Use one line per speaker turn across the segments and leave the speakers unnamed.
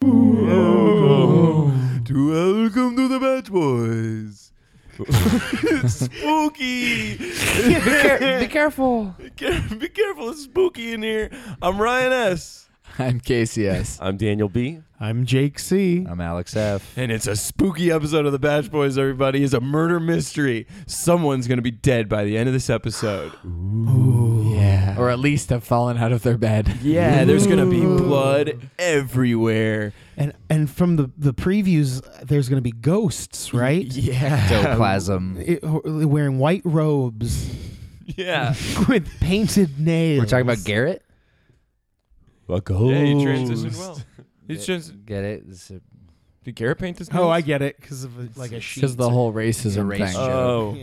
spooky.
Be, care- be careful.
Be care- Be careful, it's spooky in here. I'm Ryan S.
I'm KCS.
I'm Daniel B.
I'm Jake C.
I'm Alex F.
And it's a spooky episode of the Batch Boys, everybody. It's a murder mystery. Someone's going to be dead by the end of this episode.
Yeah. Or at least have fallen out of their bed.
Yeah, there's going to be blood everywhere.
And and from the the previews, there's gonna be ghosts, right?
Yeah.
Plasm.
It- wearing white robes
Yeah.
with painted nails.
We're talking about Garrett.
A ghost. Yeah, you transitioned well. You
Yeah.
trans-
Get it? It's a-
Did Garrett paint this?
Oh, I
nose?
get it because of a, like a sheet.
Because the whole racism
Erase
thing.
joke.
Oh.
yeah.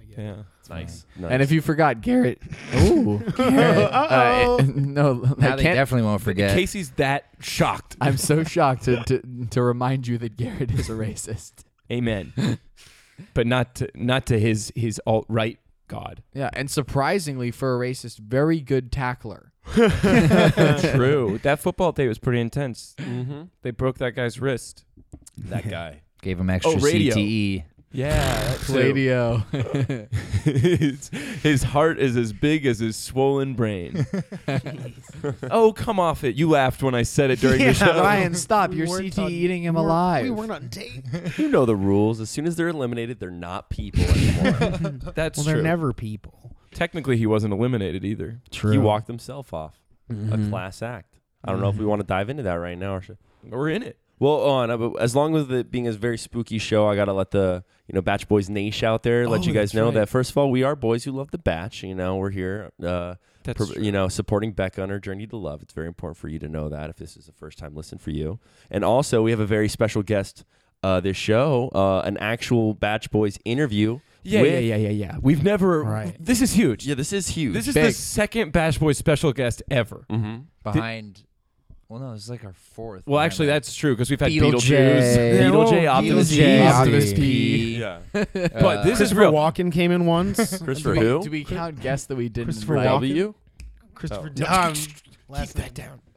I get it.
Yeah. Nice. nice.
and if you forgot Garrett, ooh, Garrett. Uh, it- no,
now
I
they
can't.
definitely won't forget.
Casey's that shocked.
I'm so shocked to, to to remind you that Garrett is a racist.
Amen. but not to, not to his his alt right god.
Yeah, and surprisingly for a racist, very good tackler.
True. That football day was pretty intense. Mm-hmm. They broke that guy's wrist. That guy.
Gave him extra E
Oh, radio.
CTE.
Yeah. that too.
Pladio.
his, his heart is as big as his swollen brain. oh, come off it. You laughed when I said it during
Yeah,
the show.
Ryan, stop!
We
You're
weren't
CT
on-
eating him
we weren't-
alive.
We weren't on date.
You know the rules. As soon as they're eliminated, they're not people anymore.
That's
well,
true.
they're never people.
Technically, he wasn't eliminated either.
True.
he walked himself off.
Mhm.
Mm-hmm.
A class act. I don't know if we want to dive into that right now. Or should...
We're in it.
Well, on uh, but as long as it being a very spooky show, I gotta let the you know Batch Boys niche out there. Let
Oh,
you guys
that's
know
right.
that first of all, we are boys who love the Batch. You know, we're here. Uh,
That's
pro- you know, supporting Becca on her journey to love. It's very important for you to know that if this is the first time listen for you. And also, we have a very special guest uh, this show, uh, an actual Batch Boys interview.
Yeah,
with,
yeah, yeah, yeah, yeah. We've never.
Right.
This is huge.
Yeah, this is huge.
This is the
Big.
second Bash Boys special guest ever.
mm-hmm.
Behind. well, no, it's like our fourth.
Well, actually,
behind
that's true because we've had Beetlejuice,
Beetlejuice. Yeah,
Beetlejuice,
well,
Optimus
Beetlejuice,
P.
that.
Optimus
Optimus
P.
P.
Yeah.
But this is
Christopher
real.
Walken came in once.
Christopher
do we,
who?
Do we count guests that we didn't
Christopher
invite?
Walken?
W?
Christopher.
Oh.
Um, last name.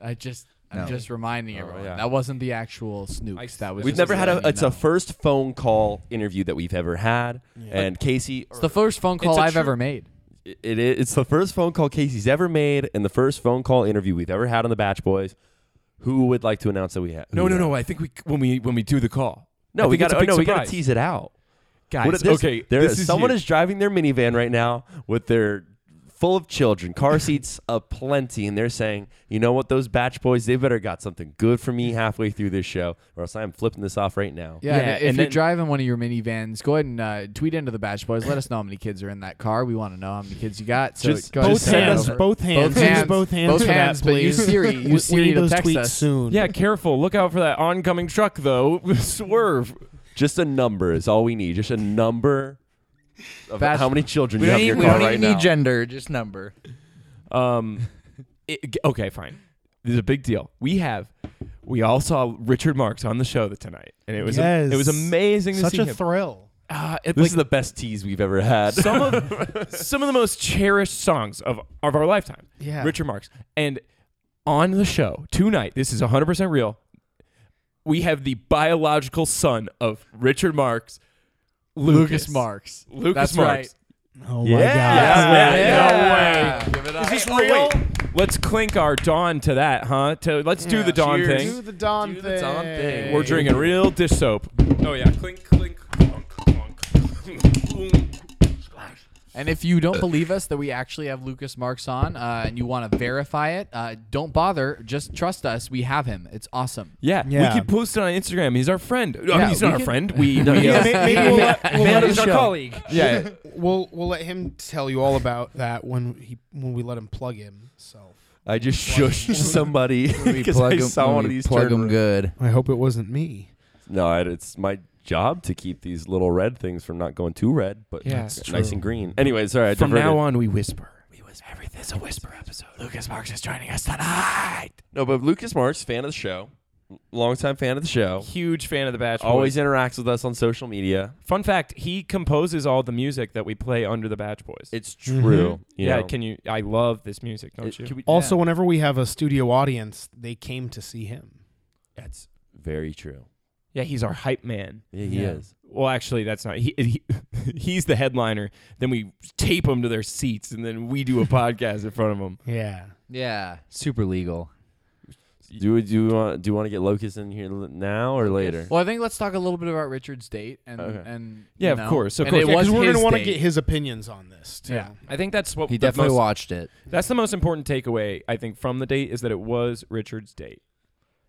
I just,
No.
I'm just reminding
Oh,
everyone
yeah.
that wasn't the actual Snoop.
I-
That was
We've
just
never had a.
letting
It's
you
a
know.
first phone call interview that we've ever had, and Casey.
It's the first phone
It's
call
a
I've
true-
ever made.
It, it, it's the first phone call Casey's ever made, and the first phone call interview we've ever had on the Batch Boys. Who would like to announce that we had?
No, no, no. I think we when we when we do the call. I
No, we
think it's
got.
a big
No, we got
surprise.
to tease it out.
Guys,
What is this?
okay.
there
this
is
is
someone
you.
is driving their minivan right now with their full of children, car seats aplenty, and they're saying, "You know what? Those Batch Boys, they better got something good for me halfway through this show, or else I'm flipping this off right now."
Yeah, and
Yeah,
if
and
you're
then-
driving one of your minivans, go ahead and uh, tweet into the Batch Boys. Let us know how many kids are in that car. We want to know how many kids you got. So
Just-
go ahead and
Both
Just send
send
hands,
over.
both hands,
both hands,
both hands,
both
for that,
hands, but you
please.
Siri- you
We- we
Siri
need
to
those
text
tweets
us.
soon.
Yeah, careful. Look out for that oncoming truck, though. Swerve.
Just a number is all we need. Just a number of
Batch-
how many children
We
you
don't,
have in
need,
your
we
car
don't
right
even need
now.
gender, just number.
Um, it, g- okay, fine. This is a big deal. We have. We all saw Richard Marks on the show that tonight, and it was
Yes.
it was amazing to
Such
see
a
him.
thrill.
Ah, it,
this
like,
is the best tease we've ever had.
some of some of the most cherished songs of of our lifetime.
Yeah.
Richard Marks. And on the show tonight, this is 100% real. We have the biological son of Richard Marks, Lucas,
Lucas Marks.
Lucas
That's
Marks.
right.
Oh
Yeah.
my god.
Yeah.
Yeah. Give it up.
Is this
Oh,
real? Let's clink our dawn to that, huh? To let's do the dawn
cheers.
thing.
the Don
Do the Don thing.
We're drinking real dish soap. Oh yeah, clink, clink, clunk, clunk.
And if you don't believe us that we actually have Lucas Marks on uh, and you want to verify it, uh, don't bother. Just trust us. We have him. It's awesome.
Yeah,
Yeah.
we could post it on Instagram. He's our friend. I mean,
Yeah,
he's
we
not our
could-
friend. We, we
Yeah, may- maybe we'll let- we'll let
Man
him
is our
show.
colleague. Yeah,
We'll we'll let him tell you all about that when he when we let him plug himself.
I just shushed somebody
We
because
plug
I
'em-
saw
we
one of these
Plug
turn.
them good.
I hope it wasn't me.
No, I- it's my job to keep these little red things from not going too red, but
Yeah.
it's
That's
nice
true.
and green. Anyway, sorry, I
From
diverted.
now on, we whisper. We whisper. Everything's a whisper episode. Lucas Marks is joining us tonight.
No, but Lucas Marks, fan of the show, longtime fan of the show,
Oh. Huge fan of the Batch.
always
Boys.
interacts with us on social media.
Fun fact: He composes all the music that we play under the Batch Boys.
It's true. you
yeah,
know.
can you? I love this music, don't
It-
you?
can we-
Also, whenever we have a studio audience, they came to see him.
That's very true.
yeah, he's our hype man.
Yeah, he
Yeah.
is.
Well, actually, that's not. He, he he's the headliner. Then we tape them to their seats, and then we do a podcast in front of them.
Yeah.
Yeah, super legal.
Do we, do we want do you want to get Locust in here l- now or later?
Well, I think let's talk a little bit about Richard's date and
Okay.
and
Yeah,
you
of
know.
course, of
And it
course. Yeah,
was
Because we're
his
gonna want to
date.
get his opinions on this too.
Yeah.
I think that's what
He
the
definitely
most-
watched it.
That's the most important takeaway I think from the date is that it was Richard's date.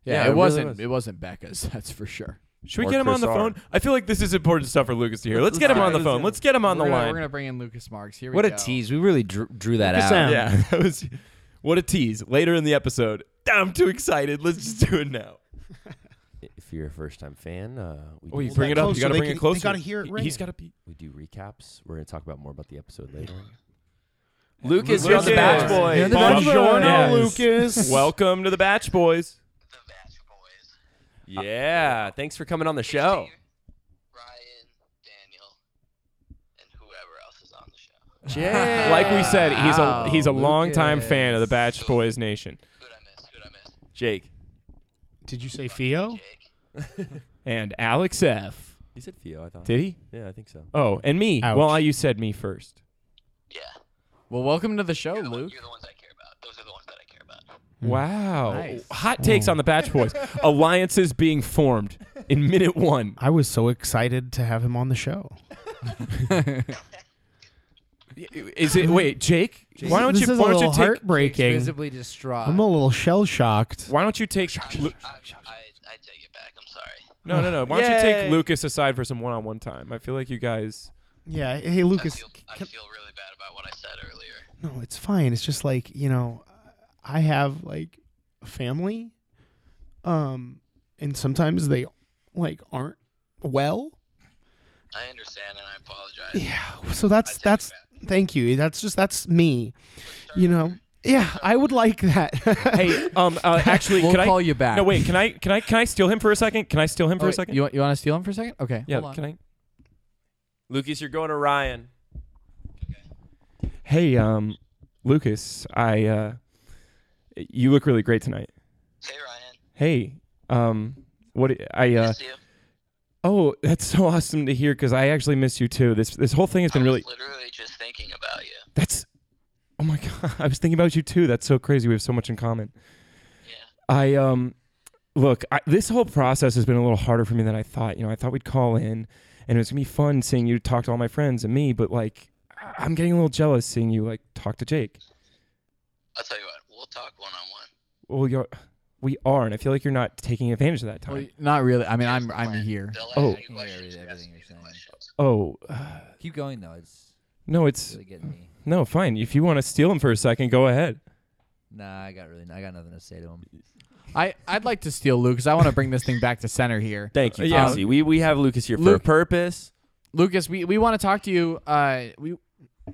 Yeah,
Yeah,
it,
it really
wasn't
was.
it wasn't Becca's. That's for sure.
Should we
Or
get him on
Chris
the
R.
phone? I feel like this is important stuff for Lucas to hear. Let's,
Let's
get him
do it.
on the
Let's
phone.
do it.
Let's get him on
we're
the
gonna,
line.
We're gonna bring in Lucas Marks. Here we
What a
go.
tease! We really drew, drew that
Lucas
out.
Sam.
Yeah, that was what a tease. Later in the episode, I'm too excited. Let's just do it now.
if you're a first time fan, uh, we,
Oh, you
do,
Hold
bring
that
it up.
closer.
You gotta
They
bring
can-
it
they
closer.
gotta hear it
He-
ringing.
He's gotta be.
we do recaps. We're gonna talk about more about the episode later.
Lucas,
Lucas,
you're on the Batch Boy.
you're the Batch Boy.
Buongiorno,
Yeah.
Lucas.
Welcome to the Batch Boys.
Yeah. thanks for coming on the show.
Ryan, Daniel, and whoever else is on the show.
Yeah.
Like we said, he's a
Wow,
he's a longtime
Lucas.
fan of the Batch Boys Nation.
Who'd I miss? Who'd I miss?
Jake.
Did you say Theo?
Jake.
And Alex F.
He said Theo, I thought.
Did he?
Yeah, I think so.
Oh, and me.
Ouch.
Well, you said me first.
Yeah.
Well, welcome to the show,
You're the, one,
Luke.
you're the ones I care about. Those are the ones that I care about.
Mm. Wow.
Nice.
Hot takes on the Batch Boys. Alliances being formed in minute one.
I was so excited to have him on the show.
Is it wait, Jake? Why don't
this
you
is
why
a
don't
little
you take
heartbreaking.
visibly distraught.
I'm a little shell shocked.
why don't you take Lu-
I, I, I take it back. I'm sorry.
No, no, no. Why don't you take
Yay.
Lucas aside for some one-on-one time? I feel like you guys
Yeah. Hey,
I
Lucas.
feel, I feel really bad about what I said earlier.
No, it's fine. It's just like you know, I have like a family, um, and sometimes they like aren't well.
I understand and I apologize.
Yeah. So that's
take
that's. Thank you. That's just that's me. You know. Yeah, I would like that.
Hey, um uh, actually
We'll
can I
call you back.
No, wait. Can I can I can I steal him for a second? Can I steal him for
Oh,
a second?
You want you want to steal him for a second? Okay.
yeah,
hold on.
can I?
Lucas, you're going to Ryan.
Hey, um Lucas, I uh you look really great tonight.
Hey, Ryan.
Hey, um what I uh
Miss you.
oh, that's so awesome to hear cuz I actually miss you too. This this whole thing has been
I
really
was literally just thinking about you.
that's Oh my god, I was thinking about you too. That's so crazy. We have so much in common.
Yeah.
I um look, I, this whole process has been a little harder for me than I thought. You know, I thought we'd call in and it was gonna be fun seeing you talk to all my friends and me, but like I- I'm getting a little jealous seeing you like talk to Jake.
I'll tell you what. We'll talk one on one.
Well, you're we are, and I feel like you're not taking advantage of that time.
Well, not really. I mean, I'm I'm here.
They'll ask
Oh.
you
Yeah,
questions.
yeah,
you ask
everything
me
you're
the
saying.
questions.
oh, uh,
Keep going though. It's
no, it's
really getting me.
no, fine. If you want to steal him for a second, go ahead.
Nah, I got really. I got nothing to say to him.
I I'd like to steal Lucas. I want to bring this thing back to center here.
Thank you,
Uh, yeah.
Cassie. We we have Lucas here
Luke-
for a purpose.
Lucas, we, we want to talk to you. Uh, we,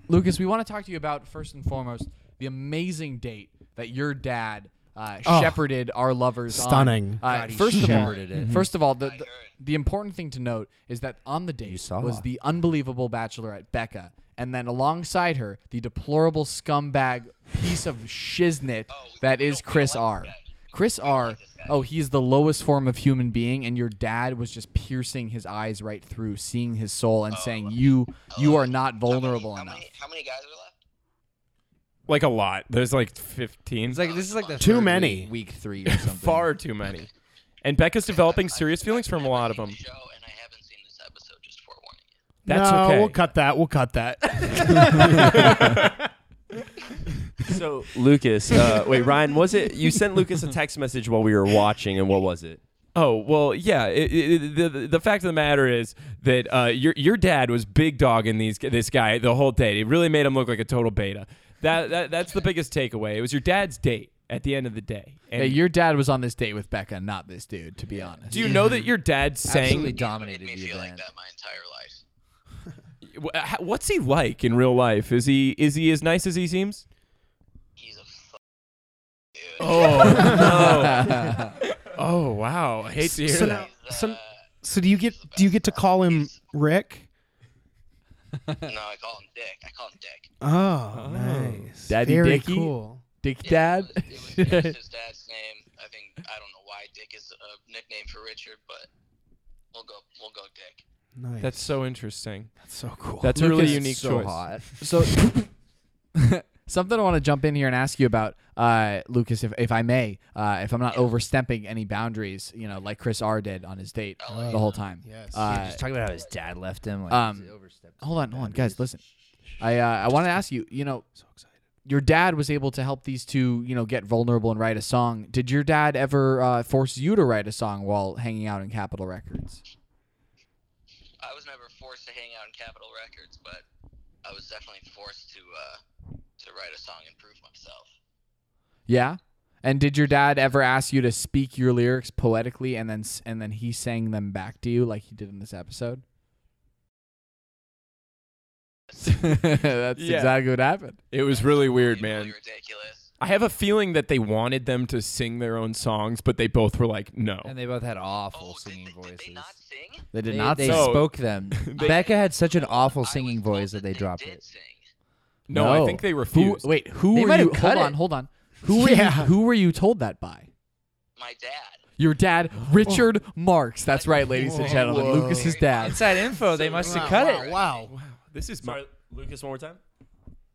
Lucas, we want to talk to you about first and foremost the amazing date that your dad uh,
Oh.
shepherded our lovers. on.
Stunning.
Uh,
God, he
first of all,
shepherded
Mm-hmm.
it.
first of all, the, the
heard.
the important thing to note is that on the date
saw.
was the unbelievable bachelorette Becca, and then alongside her the deplorable scumbag piece of shiznit that is Chris R. Chris R. Oh, he's the lowest form of human being, and your dad was just piercing his eyes right through, seeing his soul, and saying, "You, you are not vulnerable
how
enough."
Many, how many guys are left?
Like a lot. There's like 15.
It's like this is like the
Too
third
many.
week, week three or something.
far too many. And Becca's developing serious feelings from a
I've
lot of
seen
them.
The show and I haven't seen this episode. Just forewarning you.
That's
no,
okay.
we'll cut that. We'll cut that.
So Lucas, uh, wait, Ryan, was it you sent Lucas a text message while we were watching, and what was it?
Oh well, yeah. It, it, the the- the fact of the matter is that uh, your your dad was big dogging these this guy the whole day. It really made him look like a total beta. That, that that's the biggest takeaway. It was your dad's date at the end of the day. And
Yeah, your dad was on this date with Becca, not this dude, to be honest.
do you know that your dad
Absolutely
sang?
dominated
Made me
the
feel like
event.
that my entire life.
Wh- how- What's he like in real life? Is he is he as nice as he seems?
He's a f- dude.
Oh no! oh wow! I hate to hear
So
that.
now-
He's,
so-
uh,
so do you get do you get to call him Rick?
no, I call him Dick. I call him Dick.
Oh, nice.
Daddy
Very
Dicky?
cool.
Dick
Yeah,
Dad.
It was, it was, it was his dad's name. I think I don't know why Dick is a nickname for Richard, but we'll go we'll go Dick.
Nice.
That's so interesting.
That's so cool.
That's a
Lucas
really
is
unique
so
choice.
hot.
So something I want to jump in here and ask you about, uh, Lucas, if, if I may, uh, if I'm not overstepping any boundaries, you know, like Chris R did on his date the whole time.
Oh, Yes.
Yeah,
Uh,
just talking about how his dad left him. Like,
um,
he overstepped
hold on, hold on, guys,
boundaries.
listen. I uh, I want to ask you, you know,
so excited.
your dad was able to help these two, you know, get vulnerable and write a song. Did your dad ever uh, force you to write a song while hanging out in Capitol Records?
I was never forced to hang out in Capitol Records, but I was definitely forced to uh, to write a song and prove myself.
Yeah. And did your dad ever ask you to speak your lyrics poetically and then s- and then he sang them back to you like he did in this episode? That's
Yeah.
exactly what happened.
It was really weird,
Completely
man.
Ridiculous.
I have a feeling that they wanted them to sing their own songs, but they both were like, no.
And they both had awful
Oh, did,
singing
they,
voices.
did they not sing?
They did
They-
not
They
sing.
So-
spoke them.
They-
Becca had such an awful
I
singing
was told
voice that they dropped
did
it.
Sing.
no, I
No.
think they
Who,
refused.
wait, who
They
were
might have
you? Hold
cut it.
on, hold on. Who were you?
Yeah.
Who were you told that by?
My dad.
Your dad, Richard Marks. That's right, ladies and gentlemen.
Whoa.
Lucas's dad.
Inside info. They must have cut it.
Wow.
This is my.
Sorry, Lucas, one more time.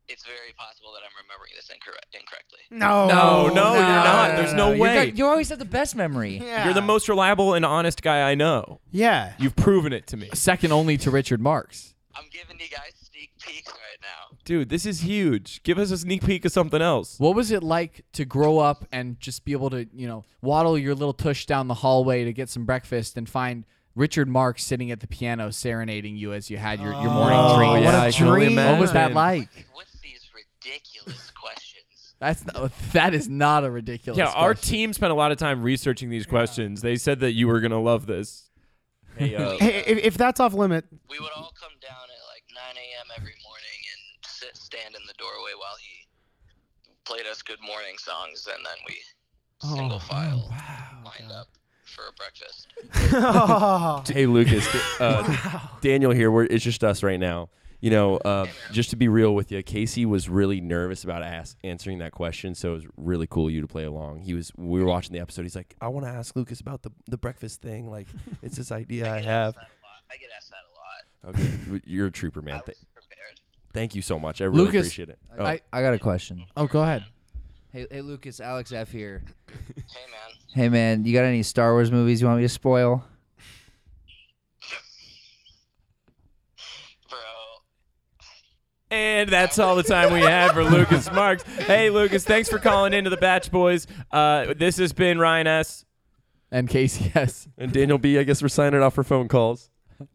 It's very possible that I'm remembering this incorrect incorrectly.
No.
No, no, you're not. There's no
You're
way.
not- You always have the best memory.
Yeah.
You're the most reliable and honest guy I know.
Yeah.
You've proven it to me.
Second only to Richard Marks.
I'm giving you guys sneak peeks right now.
Dude, this is huge. Give us a sneak peek of something else.
What was it like to grow up and just be able to, you know, waddle your little tush down the hallway to get some breakfast and find Richard Marks sitting at the piano serenading you as you had your, your morning
Oh,
dream?
what a I can only dream.
What was that
imagine.
like?
What's these ridiculous questions?
That's not, that is not a ridiculous.
Yeah, our
question.
team spent a lot of time researching these questions. They said that you were gonna love this.
Hey, uh,
Hey, if, if that's off limit,
We would all come down at like 9 a.m. every morning and sit, stand in the doorway while he played us good morning songs, and then we
Oh,
single file lined up for a breakfast.
oh,
hey Lucas, uh, Daniel here. We're, it's just us right now. You know, uh, just to be real with you, Casey was really nervous about ask, answering that question, so it was really cool of you to play along. He was. We were watching the episode. He's like, I want to ask Lucas about the the breakfast thing. Like, it's this idea I
get
have.
asked that a lot. I get asked that a lot.
Okay, you're a trooper, man.
I
Th-
was prepared.
thank you so much. I really
Lucas,
appreciate it. Oh,
I, I got a question.
Oh, go ahead.
Hey, hey, Lucas, Alex F here.
Hey, man.
Hey, man, you got any Star Wars movies you want me to spoil?
Bro,
And that's all the time we have for Lucas Marks. Hey, Lucas, thanks for calling into the Batch Boys. Uh, this has been Ryan S.
And Casey, yes.
and Daniel B. I guess we're signing off for phone calls.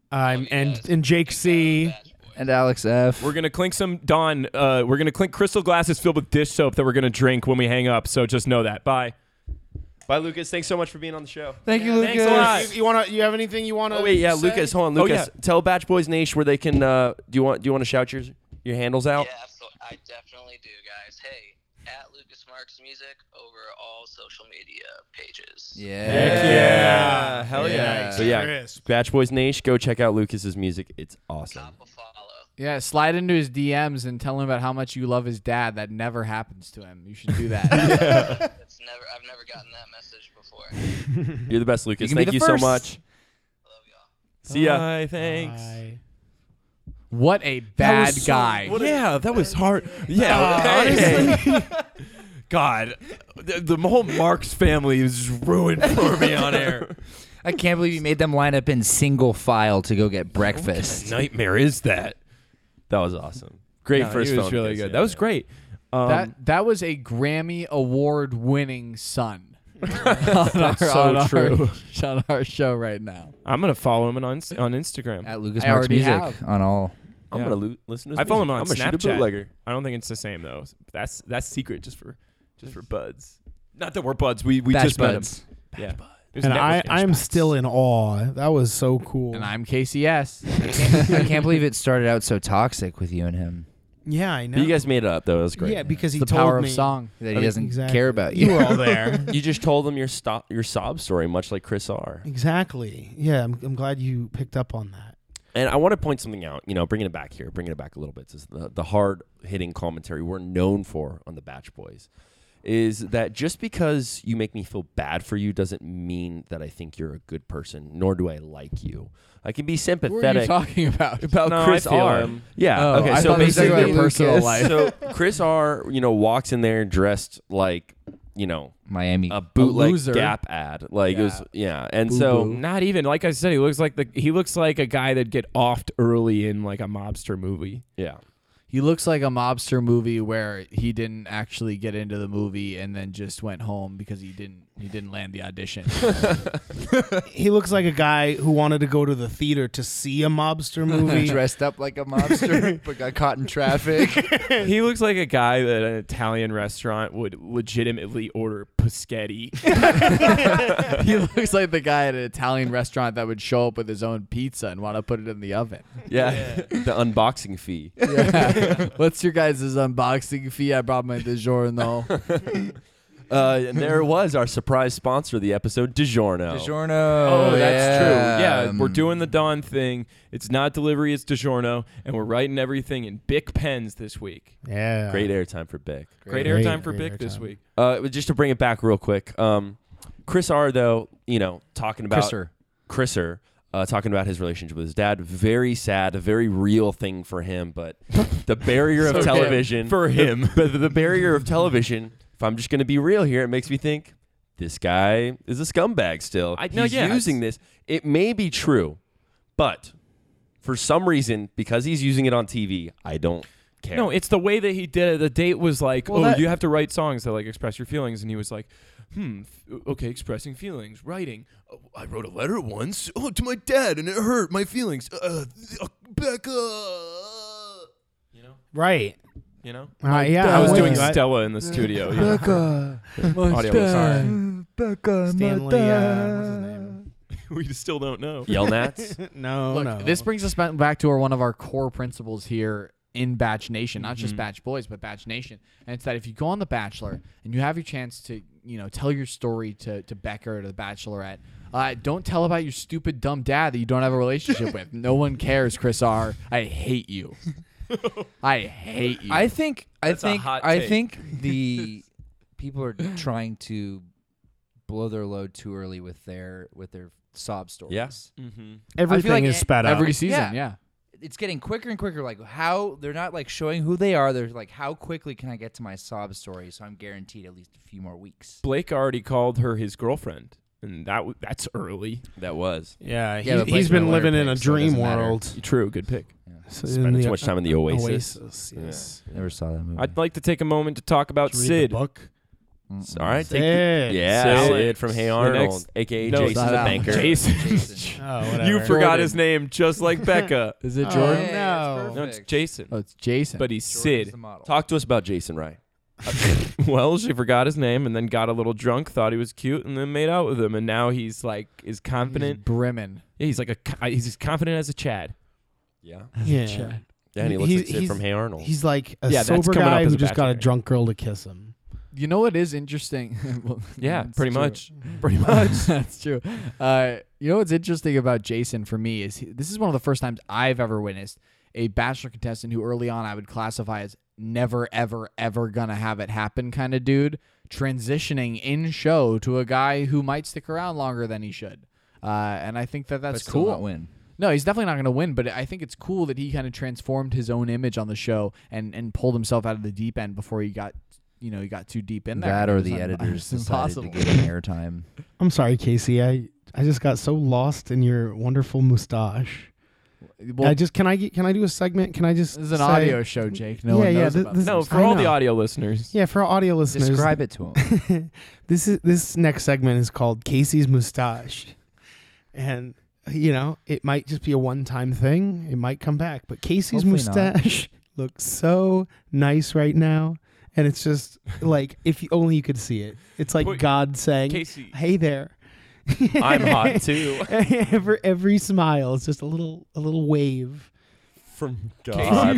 I'm and and Jake C.
bad boy.
And Alex F.
We're gonna clink some Dawn. Uh, we're gonna clink crystal glasses filled with dish soap that we're gonna drink when we hang up. So just know that. Bye.
Bye, Lucas. Thanks so much for being on the show.
Thank you, Lucas.
thanks a lot.
uh, You wanna? You have anything you wanna?
Oh wait, yeah,
say?
Lucas. Hold on,
Oh,
Lucas. Tell Batch Boys Nation where they can. Uh, do you want? Do you want to shout your your handles out?
Yeah, so I definitely do, guys. Hey, at Lucas Marks Music over all social media pages.
Yeah.
yeah. Hell yeah.
Yeah.
So yeah,
Crisp.
Batch Boys Nation, go check out Lucas's music. It's awesome.
Top a follow.
Yeah, slide into his DMs and tell him about how much you love his dad. That never happens to him. You should do that.
That's never. I've never gotten that message before.
You're the best, Lucas.
can be
Thank
the
you
first.
so much.
Love y'all.
See ya.
Bye. Thanks.
Bye.
what a bad guy.
yeah, that was hard. Yeah, honestly. God, the, the whole Marks family is ruined for me on air.
I can't believe you made them line up in single file to go get breakfast.
Nightmare is that?
That was awesome. Great
No,
first
he was
phone.
really
kiss.
good.
Yeah,
that was
yeah.
great. Um,
that that was a Grammy award winning son. That's
so true.
Our, on our show right now.
I'm gonna follow him on on Instagram.
At Lucas
I
Marks
already
Music
have.
on all.
I'm
Yeah.
gonna lo- listen to. His
I follow him
music.
on
I'm gonna Shoot a
Snapchat.
bootlegger.
I don't think it's the same though. That's that's secret just for just for buds. Not that we're buds. We we
Batch
just
buds.
met him. yeah. It was
And I,
networking.
I'm still in awe. That was so cool.
And I'm KCS.
I can't believe it started out so toxic with you and him
yeah, I know.
But you guys made it up though. That was great.
yeah, because he
the
told
power
me
of song.
that he
mean,
doesn't
exactly.
care about
You
you.
were all there.
You just told them your stop your sob story, much like Chris R.
exactly. Yeah, I'm, I'm glad you picked up on that.
And I want to point something out, you know, bringing it back here, bringing it back a little bit. This is the, the hard hitting commentary we're known for on the Batch Boys. is that just because you make me feel bad for you doesn't mean that I think you're a good person, nor do I like you. I can
What are
be
you
sympathetic
talking about?
about
No, I
Chris
feel
R.
him.
Yeah.
Oh,
okay.
I
so
thought you were talking
basically,
about your personal
Lucas.
life.
so Chris R. You know walks in there dressed like you know
Miami.
a bootleg
loser.
Gap ad. Like it was yeah, and
Boo-boo.
so
Not even like I said, he looks like the he looks like a guy that get offed early in like a mobster movie.
yeah.
He looks like a mobster movie where he didn't actually get into the movie and then just went home because he didn't he didn't land the audition.
He looks like a guy who wanted to go to the theater to see a mobster movie.
dressed up like a mobster, but got caught in traffic.
He looks like a guy that an Italian restaurant would legitimately order paschetti.
he looks like the guy at an Italian restaurant that would show up with his own pizza and want to put it in the oven.
Yeah. the unboxing fee.
What's your guys' unboxing fee? I brought my DiGiorno.
Uh, and there was our surprise sponsor of the episode, DiGiorno.
DiGiorno.
Oh, that's true.
yeah.
Yeah, um, we're doing the Dawn thing. It's not delivery, it's DiGiorno, and we're writing everything in Bic pens this week.
yeah.
Great airtime for Bick.
Great,
Great,
airtime for
great
Bic this
airtime.
week.
Uh, but just to bring it back real quick, um, Chris R. Though you know, talking about
Chriser.
Chriser, uh, talking about his relationship with his dad, very sad, a very real thing for him. But the barrier of
So
television
him- for
the-
him.
but the barrier of television. If I'm just going to be real here, it makes me think this guy is a scumbag still.
I-
He's
no, yeah,
using this. It may be true, but for some reason, because he's using it on TV, I don't care.
No, it's the way that he did it. The date was like,
Well,
oh,
that-
you have to write songs that like express your feelings, and he was like, hmm, f- okay, expressing feelings, writing. Oh, I wrote a letter once oh, to my dad, and it hurt my feelings. Uh, uh, Becca, you know,
Right.
you know.
Uh, yeah.
I was
I'm
doing
with you. I-
Stella in the studio. you know.
Becca.
Audio was hard.
Becca.
Stanley. Uh, what's his name?
we still don't know.
Yell Nats.
No,
Look,
no.
this brings us ba- back to our, one of our core principles here in Batch Nation, not just Batch Boys, but Batch Nation. And it's that if you go on The Bachelor and you have your chance to, you know, tell your story to, to Becca or to The Bachelorette, uh, don't tell about your stupid, dumb dad that you don't have a relationship with. No one cares, Chris R. I hate you. I hate you.
I think I
That's a
think
hot
I
take.
think the people are trying to blow their load too early with their with their sob stories.
Yeah.
Mm-hmm.
Everything
like
is
e-
spat out.
Every season,
Yeah.
yeah.
It's getting quicker and quicker. Like how they're not like showing who they are. They're like, how quickly can I get to my sob story? So I'm guaranteed at least a few more weeks.
Blake already called her his girlfriend, and that w- that's early.
that was.
yeah, he,
Yeah, but
he's
Blake's my
been
winner
living in
pick,
a
so it
dream
doesn't matter.
world.
True, good pick.
So in
Spending
the- uh,
too much time in the Oasis.
Oasis, yes.
Never saw that movie.
I'd like to take a moment to talk about
Just read
Sid.
the book.
All right, take
Sid.
the, yeah,
Sid.
Sid. from Hey
The
Arnold,
next-
aka
No,
Jason
it's
the
not.
Banker.
Jason.
Oh, whatever.
you forgot his name, just like Becca.
Is it
Oh,
Jordan?
yeah. no.
no, it's Jason,
Uh, Oh, it's Jason.
but he's Sid.
Talk to us about Jason Rye.
Well, she forgot his name and then got a little drunk, thought he was cute, and then made out with him. And now he's like is
He's
confident.
brimming.
Yeah, he's like a co- he's as confident as a Chad.
Yeah,
Yeah.
yeah, and he looks
He's-
like Sid
he's-
from Hey Arnold.
He's like a
Yeah, that's
sober
coming up
guy
as
who
a
just got a
bachelor.
drunk girl to kiss him.
You know what is interesting? Well,
Yeah,
it's
Mm-hmm. pretty
true.
much, pretty much.
That's true. Uh, you know what's interesting about Jason for me is he, this is one of the first times I've ever witnessed a bachelor contestant who early on I would classify as never, ever, ever gonna have it happen kind of dude transitioning in show to a guy who might stick around longer than he should. Uh, and I think that that's cool.
Win.
No, he's definitely not going to win, but I think it's cool that he kind of transformed his own image on the show and and pulled himself out of the deep end before he got, you know, he got too deep in there.
That or
It's
the
un-
editors
it's
decided to
impossible.
give him airtime.
I'm sorry, Casey. I I just got so lost in your wonderful mustache.
Well,
I just can I get can I do a segment? Can I just
this is an
say-
audio show, Jake. No
yeah,
one
yeah,
knows
thi-
about
this-
No, for
I
all the
know.
audio listeners.
Yeah, for our audio listeners,
Describe it to him.
this is this next segment is called Casey's mustache, and you know it might just be a one-time thing. It might come back, but Casey's
Hopefully not.
mustache looks so nice right now, and it's just like if you, only you could see it. It's like
Wait,
God saying,
Casey,
"Hey there."
I'm hot too.
every every smile is just a little a little wave.
From
God.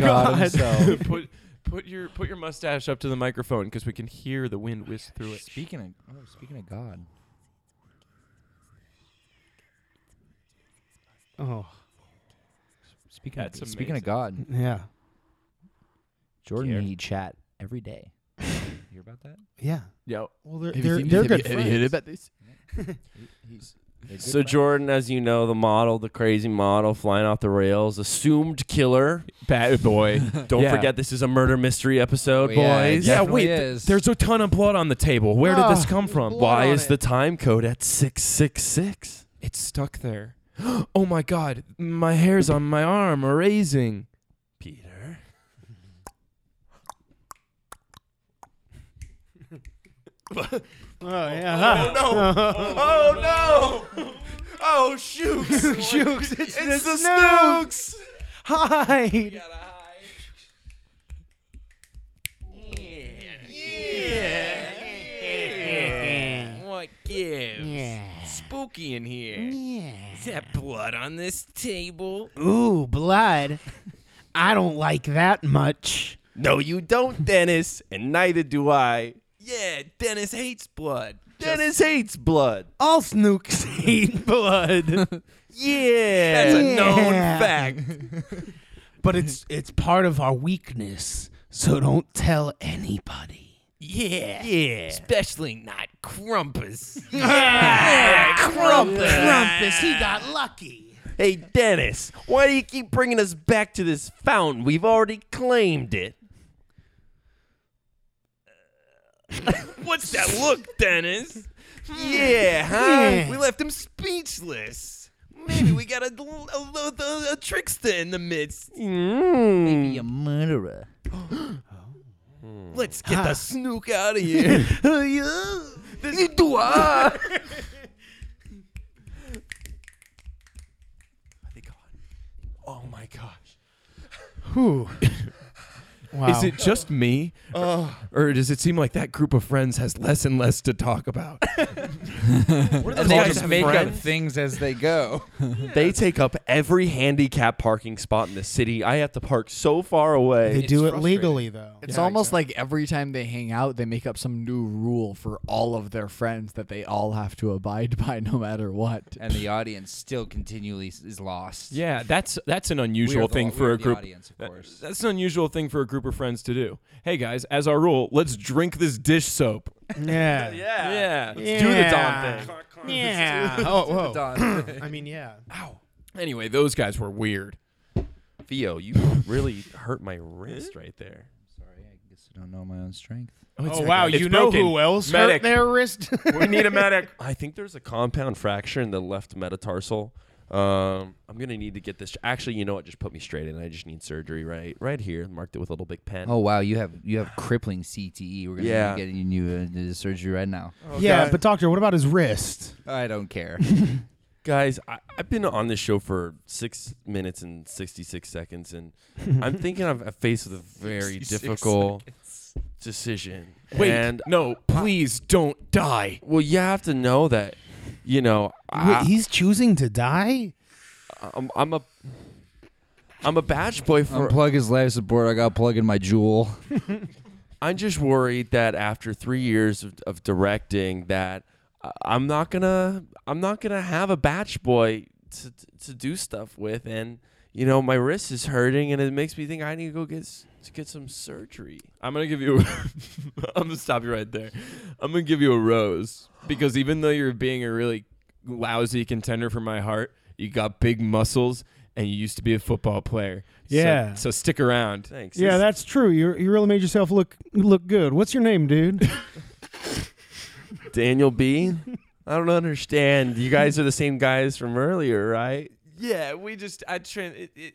God
put put your put your mustache up to the microphone because we can hear the wind whiz through it.
Speaking of, oh, speaking of God,
Oh
speaking of,
That's
speaking of
amazing.
God,
yeah.
Jordan
Here.
and he chat every day. Hear about that?
Yeah.
Yo.
Well, they're they're, they're good friends.
this?
He's
So Jordan, as you know, the model, the crazy model, flying off the rails, assumed killer.
Bad boy.
Don't
Yeah. Oh,
forget, this is a murder mystery episode, Oh, boys.
Yeah,
definitely
wait. th-
is.
there's a ton of blood on the table. Where did this
Ah,
come from?
blood
Why
on
is
it.
the time code at six six six?
It's stuck there. Oh my god, my hairs on my arm are raising.
Peter.
Oh yeah.
Oh no! Oh shoot!
Jukes, it's,
It's the
Snooks. Hide.
What gives? Spooky in here. Is that blood on this table?
Ooh, blood. I don't like that much.
No, you don't, Dennis, and neither do I.
Yeah, Dennis hates blood.
Dennis hates blood.
All Snooks hate blood,
Yeah.
That's a known
Yeah.
fact.
but it's it's part of our weakness. So don't tell anybody.
Yeah.
Yeah.
Especially not Crumpus.
Crumpus. Crumpus. He got lucky.
Hey, Dennis, why do you keep bringing us back to this fountain? We've already claimed it.
What's that look, Dennis?
Yeah, huh?
Yeah.
We left him speechless. Maybe we got a, a, a, a trickster in the midst.
Mm.
be a murderer.
Let's get the snook out of here. This-
ah.
Oh my gosh.
Whew. wow.
Is it just me? Or, or does it seem like that group of friends has less and less to talk about?
And they
Call
just
them
make up
friends?
things as they go.
They take up every handicap parking spot in the city. I have to park so far away.
they do it
frustrating.
legally though.
It's almost like every time they hang out, they make up some new rule for all of their friends that they all have to abide by, no matter what.
and the audience still continually s- is lost.
Yeah, that's that's an
We are
unusual
the-
thing
we
for
are
a
the
group.
audience, of
that-
course.
That's an unusual thing for a group of friends to do. Hey guys, as our rule, let's drink this dish soap.
Yeah.
Yeah.
Let's do the
Yeah.
Don thing.
Yeah. Oh, whoa.
Don,
I mean, yeah.
Anyway, those guys were weird.
Theo, you really hurt my wrist right there.
sorry, I guess I don't know my own strength.
it's
Oh
like-
wow,
it's
you know
broken.
who else
Medic.
hurt their wrist?
We need a medic. I think there's a compound fracture in the left metatarsal. Um, I'm gonna need to get this. Actually, you know what? Just put me straight in. I just need surgery right, right here. Marked it with a little big pen.
Oh wow, you have you have crippling CTE. We're gonna
Yeah.
be getting you uh, the surgery right now.
Yeah, but doctor, what about his wrist?
I don't care.
Guys, I, I've been on this show for six minutes and 66 seconds, and I'm thinking I'm faced with a very difficult decision.
Wait,
and,
no, please don't die.
well, you have to know that, you know,
Ah.
Wait,
I,
he's choosing to die.
I'm, I'm a. I'm a batch boy for.
Unplug his life support. I got plug in my jewel.
I'm just worried that after three years of, of directing, that uh, I'm not gonna I'm not gonna have a batch boy to to do stuff with, and you know my wrist is hurting, and it makes me think I need to go get s- to get some surgery.
I'm gonna give you. I'm gonna stop you right there. I'm gonna give you a rose because even though you're being a really lousy contender for my heart, you got big muscles and you used to be a football player. So-
Yeah.
So, stick around.
Thanks.
Yeah,
This-
that's true. You you really made yourself look look good. What's your name, dude?
Daniel B. I don't understand. You guys are the same guys from earlier, right?
Yeah, we just I train. It, it,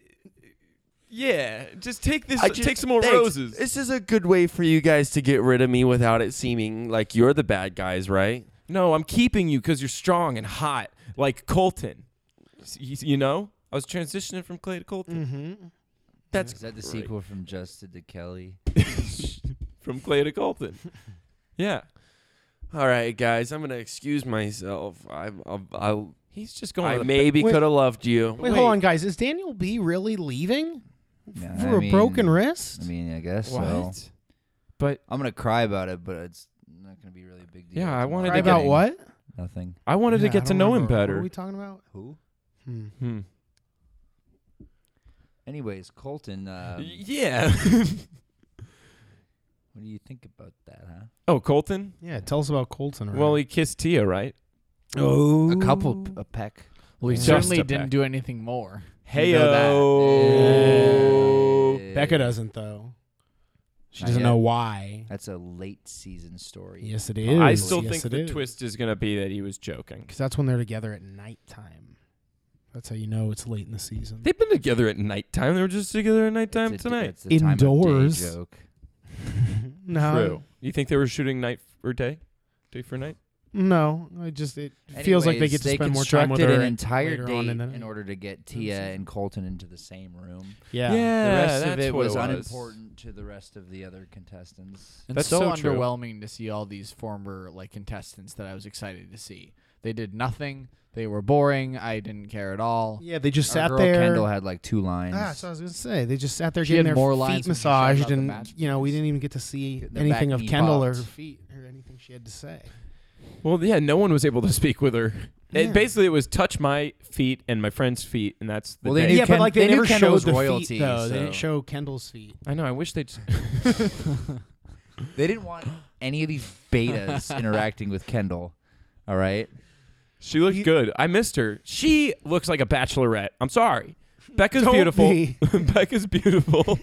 yeah, just take this.
I just-
take some more
thanks.
roses.
This is a good way for you guys to get rid of me without it seeming like you're the bad guys, right?
no, I'm keeping you because you're strong and hot, like Colton. S- You, you know, I was transitioning from Clay to Colton,
That's
Is that the
great.
sequel from Justin to Kelly?
from Clay to Colton. Yeah,
All right, guys, I'm gonna excuse myself. I'm, I'm, I'll,
he's just going.
I
to the
maybe
Wait.
could have loved you.
Wait, hold on, guys. Is Daniel B really leaving
Yeah,
for
I
a
mean-
broken wrist?
I mean, I guess so.
What? But
I'm gonna cry about it, but it's not gonna be really a big deal.
Yeah, I
It's
wanted
not
to
Cry
get-
about
nothing.
what?
Nothing.
I wanted
Yeah,
to
I
get to
don't
know him
remember. What
better.
are we talking about?
Who?
Hmm.
Hmm.
Anyways, Colton. Um,
yeah.
What do you think about that, huh?
Oh, Colton.
Yeah, tell us about Colton. Right?
Well, he kissed Tia, right?
oh,
A couple, a peck.
Well, he
Just
certainly
a
didn't
peck.
do anything more.
Hey
know that.
yo.
Becca doesn't though. She
Not
doesn't
yet.
know why.
That's a late season story.
Yes, it is.
I still
Yes,
think
it
the
is.
twist is gonna be that he was joking.
because that's when they're together at nighttime. That's how you know it's late in the season.
They've been together at nighttime. They were just together at
It's
nighttime
a-
tonight.
it's a time of day
Indoors.
joke.
no,
True. You think they were shooting night or day, day for night?
no. I just it feels like they
Anyways,
get to spend more time with
constructed
her
an entire
later
date
on in
in,
the night.
order to get Tia and Colton into the same room.
Yeah.
the rest of it was, unimportant to the rest of the other contestants.
And
That's
so,
so true.
underwhelming to see all these former like contestants that I was excited to see. They did nothing. They were boring. I didn't care at all.
Yeah, they just
Our
sat
girl
there.
Kendall had like two lines.
Ah, so I was gonna say they just sat there
She had
getting their
more
feet
lines when she showed up
massaged,
at
and
Match
you know we didn't even get to see
Getting their
anything
back
of
knee
Kendall or her
bopped.
feet or anything she had to say.
Well, yeah, no one was able to speak with her.
Yeah.
It, basically, it was touch my feet and my friend's feet, and that's the
Well, they
day.
knew
yeah, but
Ken-
like they,
they knew
never
Kendall's
showed the
royalty,
feet though. They didn't
so-
show Kendall's feet.
I know. I wish they'd.
They didn't want any of these betas interacting with Kendall. All right.
She looked good. I missed her. She looks like a bachelorette. I'm sorry. Becca's
Don't
beautiful.
be.
Becca's beautiful.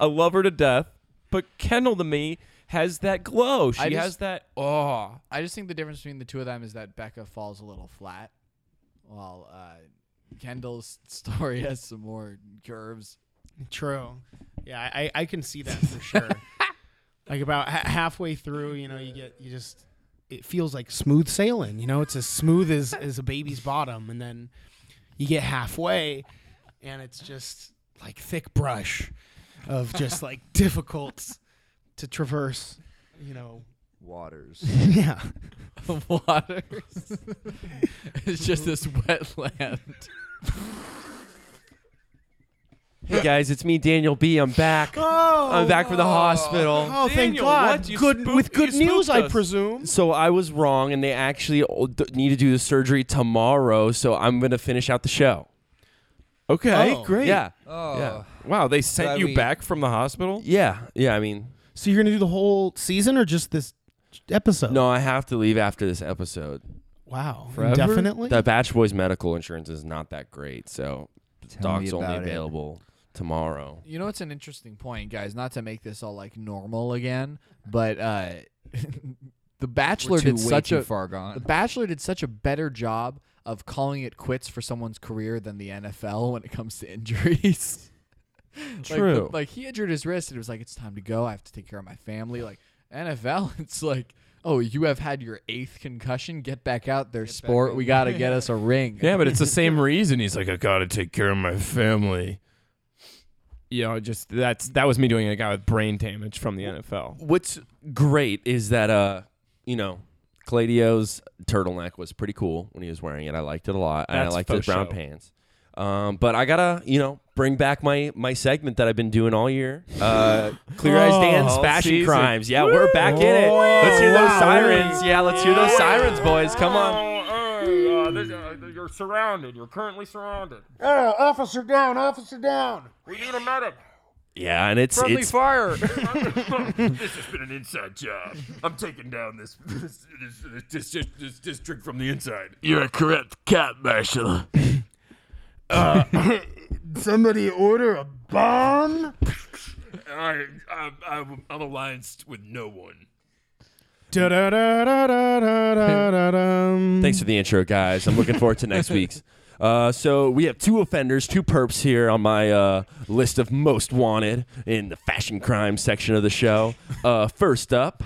I love her to death. But Kendall to me has that glow. She
I just-
has that. Oh,
I just think the difference between the two of them is that Becca falls a little flat, while uh, Kendall's story has some more curves.
True. Yeah, I, I can see that for sure. like about ha- halfway through, you know, you get you just it feels like smooth sailing. You know, it's as smooth as as a baby's bottom, and then you get halfway, and it's just like thick brush of just like difficult to traverse. You know.
Waters.
Yeah.
of waters. it's just this wetland.
Hey guys, it's me, Daniel B. I'm back.
Oh.
I'm back from the hospital.
Oh, thank
Daniel,
God!
what? You
Good
spooked-
with good
you spooked
news, I
us.
presume.
So I was wrong, and they actually o- d- need to do the surgery tomorrow. So I'm gonna finish out the show.
okay,
Oh.
great. Yeah.
Oh.
Yeah.
Wow, they sent
Glad
you
we-
back from the hospital.
Yeah, yeah. I mean,
So you're gonna do the whole season or just this episode?
no, I have to leave after this episode.
Wow.
Forever?
Definitely.
The Batch Boys medical insurance is not that great, so
Tell me
docs only
about it.
available tomorrow.
You know, it's an interesting point, guys. Not to make this all like normal again, but uh, the Bachelor
We're too,
did
way
such
too
a
far
the
gone.
Bachelor did such a better job of calling it quits for someone's career than the NFL when it comes to injuries. Like, the-
True.
Like, he injured his wrist, and it was like it's time to go. I have to take care of my family. Like NFL, it's like. Oh, you have had your eighth concussion. Get back out there, sport. We gotta get us a ring.
Yeah, but it's the same reason. He's like, I gotta take care of my family. You know, just that's that was me doing a guy with brain damage from the NFL.
What's great is that uh, you know, Cladio's turtleneck was pretty cool when he was wearing it. I liked it a lot, and I
That's
liked his
faux
brown
show.
pants. Um, but I gotta, you know, bring back my my segment that I've been doing all year. Uh, Clear Eyes
Oh,
Dan's
all
fashion
season.
crimes. Yeah, we're back in it. Let's hear those
Wow.
sirens. Yeah, let's hear those sirens, boys. Come on.
you're surrounded. You're currently surrounded.
officer down, officer down.
We need a medic.
Yeah, and it's it's
fire. this has been an inside job. I'm taking down this this, this, this, this district from the inside.
You're a corrupt cop, Marshal.
Uh,
Somebody order a bomb.
I, I, I'm, I'm allianced with no one.
Thanks for the intro, guys. I'm looking forward to next week's. Uh, so we have two offenders, two perps here on my uh, list of most wanted in the fashion crime section of the show. Uh, first up,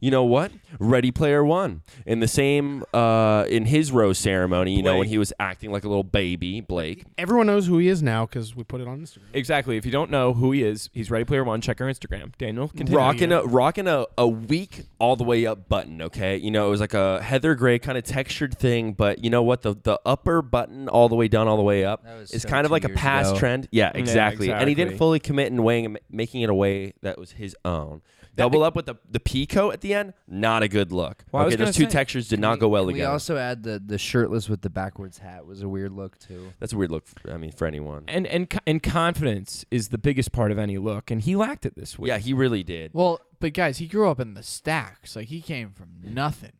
you know what? Ready Player One. In the same, uh, in his rose ceremony, you know, when
Blake.
he was acting like a little baby, Blake.
Everyone knows who he is now because we put it on Instagram.
Exactly. If you don't know who he is, he's Ready Player One. Check our Instagram. Daniel, continue.
rocking a rocking a, a weak all the way up button okay you know it was like a heather gray kind of textured thing but you know what the the upper button all the way down all the way up
That was
is
so
kind of
two
like a
years
past
ago.
trend yeah exactly. and he
exactly.
didn't fully commit in weighing making it a way that was his own Double up with the the pico at the end, not a good look.
Well, I was
okay, those two
gonna say-
textures did not go well
We
together.
also add the the shirtless with the backwards hat was a weird look too.
That's a weird look. For, I mean, for anyone.
and and co- and confidence is the biggest part of any look, and he lacked it this week.
Yeah, he really did.
Well, but guys, he grew up in the stacks. Like he came from nothing.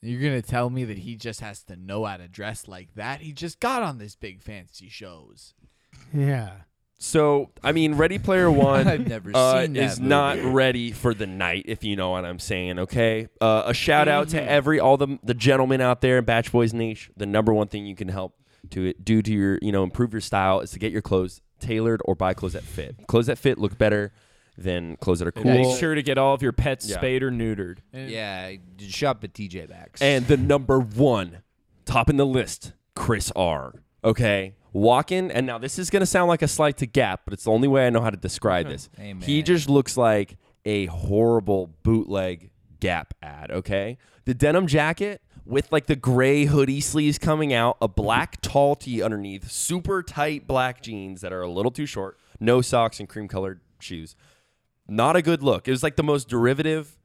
You're gonna tell me that he just has to know how to dress like that? He just got on this big fancy shows.
Yeah.
So I mean, Ready Player One
I've never
uh,
seen that
is
movie.
not ready for the night, if you know what I'm saying. Okay, uh, a shout out
Mm-hmm.
to every all the the gentlemen out there in Batch Boys Niche. The number one thing you can help to do to your you know improve your style is to get your clothes tailored or buy clothes that fit. Clothes that fit look better than clothes that are
And
cool.
Make sure to get all of your pets
Yeah.
spayed or neutered.
Yeah, shop at TJ Maxx.
And the number one, top in the list, Chris R. Okay. Walking, and now this is going to sound like a slight to Gap, but it's the only way I know how to describe this.
Amen.
He just looks like a horrible bootleg Gap ad, okay? The denim jacket with like the gray hoodie sleeves coming out, a black tall tee underneath, super tight black jeans that are a little too short, no socks, and cream colored shoes. Not a good look. It was like the most derivative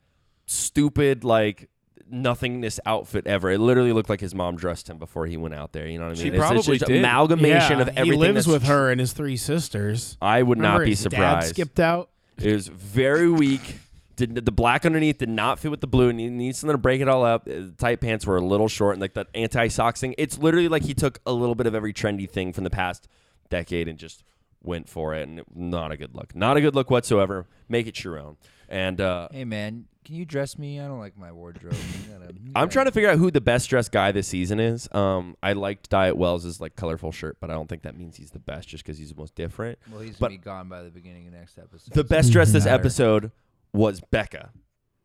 stupid like nothingness outfit ever. It literally looked like his mom dressed him before he went out there. You know what I mean?
She
It's- it's
probably
just
did.
amalgamation of everything.
He lives
that's
with
tr-
her and his three sisters.
I would
Remember
not be
his dad
surprised.
skipped out.
It was very weak. Did the black underneath did not fit with the blue, and he needs something to break it all up. The tight pants were a little short, and like that anti socks thing. It's literally like he took a little bit of every trendy thing from the past decade and just went for it. And it, not a good look. Not a good look whatsoever. Make it your own. And uh,
hey man, can you dress me? I don't like my wardrobe. You gotta- you
I'm
gotta-
trying to figure out who the best dressed guy this season is. Um, I liked Diet Wells' like colorful shirt, but I don't think that means he's the best just because he's the most different.
Well, he's
but-
gonna be gone by the beginning of next episode.
The best dressed this
Matter.
episode was Becca,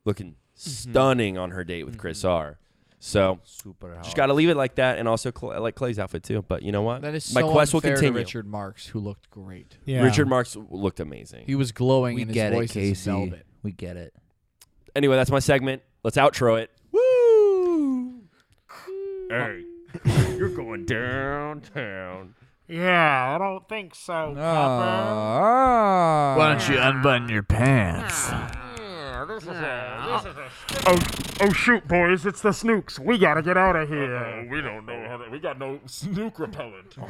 looking
Mm-hmm.
stunning on her date with Chris R. So
super.
just
hot.
got to leave it like that, and also Cl- I like Clay's outfit too. But you know what?
That is
my
so
quest will
unfair to
continue.
Richard Marks, who looked great.
Yeah.
Richard Marks looked amazing.
He was glowing
We
and his
get it,
voice is
Casey.
velvet.
We get it.
anyway, that's my segment. Let's outro it. Woo!
Hey, you're going downtown.
Yeah, I don't think so.
Ah.
you unbutton your pants?
Oh, oh shoot, boys! It's the Snooks. We gotta get out of here. we don't know how to. We got no Snook repellent.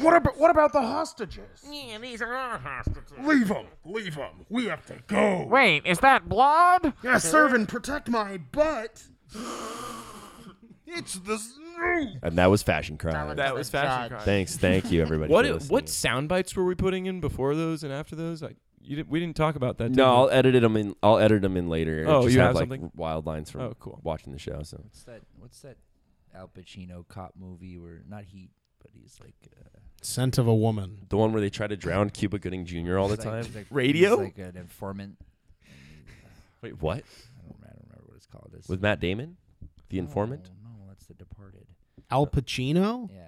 What about what about the hostages?
Yeah, these are our hostages. Leave them. Leave them. We have to go.
Wait, is that blood?
Yeah, serve and protect my butt. it's the Snoop.
And that was fashion crime.
That was fashion crime.
Thanks, thank you everybody.
What
for
what
listening.
sound bites were we putting in before those and after those? Like you didn't, we didn't talk about that. did
No,
we?
I'll edit them in. I'll edit them in later.
Oh,
just
you
have,
have
like
something?
wild lines from
Oh, cool.
watching the show. So
What's that? What's that? Al Pacino cop movie where not Heat, but he's like uh,
Scent of a woman.
the one where they try to drown Cuba Gooding Jr. all the
he's like-
time.
he's like-
Radio?
He's like an informant.
Wait, what?
I don't, I don't remember what it's called. It's
With Matt Damon, the informant.
No, no, that's The Departed.
Al Pacino.
Oh.
Yeah.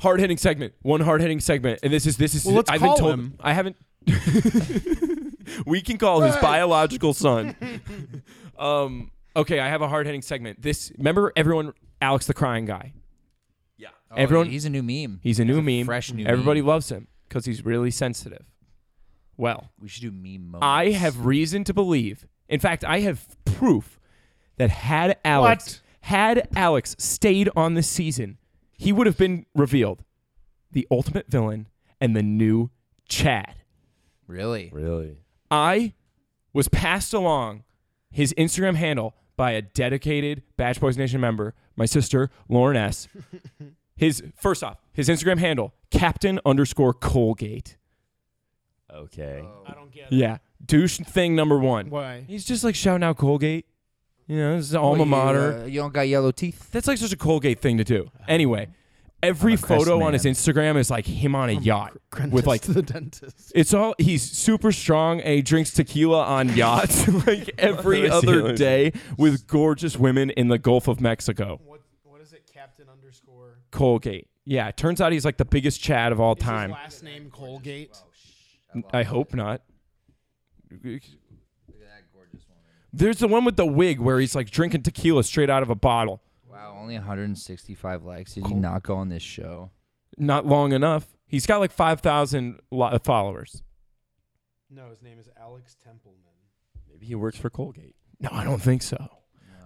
hard hitting segment. One hard hitting segment, and this is this is.
Well, let's
I've been
call
told
him.
I haven't. we can call his biological son. um. Okay, I have a hard hitting segment. This remember everyone, Alex the crying guy.
Yeah.
Oh,
Everyone-
He's a new meme.
He's a new meme.
fresh new
Everybody
meme.
loves him because he's really sensitive. Well,
We should do meme moments.
I have reason to believe. In fact, I have proof that had Alex had Alex stayed on this season, he would have been revealed the ultimate villain and the new Chad.
really.
Really?
I was passed along his Instagram handle by a dedicated Batch Boys Nation member, my sister Lauren S. His first off, his Instagram handle Captain underscore Colgate.
Okay.
Oh.
I don't get
Yeah, douche thing number one.
Why?
He's just like shouting out Colgate. You know, this is an alma
Well, you,
mater.
uh, You, don't got yellow teeth.
That's like such a Colgate thing to do. Anyway, every
I'm a Chris
photo on
man.
his Instagram is like him on a yacht with like
the dentist.
it's all he's super strong. and He drinks tequila on yachts like every
Let me see, let
other
me
day with gorgeous women in the Gulf of Mexico.
What what is it, Captain underscore?
Colgate. Yeah, it turns out he's like the biggest Chad of all time.
last name Colgate.
I hope not. There's the one with the wig where he's like drinking tequila straight out of a bottle.
Wow, only 165 likes. Did you not go on this show?
Not long enough. He's got like 5,000 lo- uh, followers.
No, his name is Alex Templeman.
Maybe he works for Colgate.
No, I don't think so.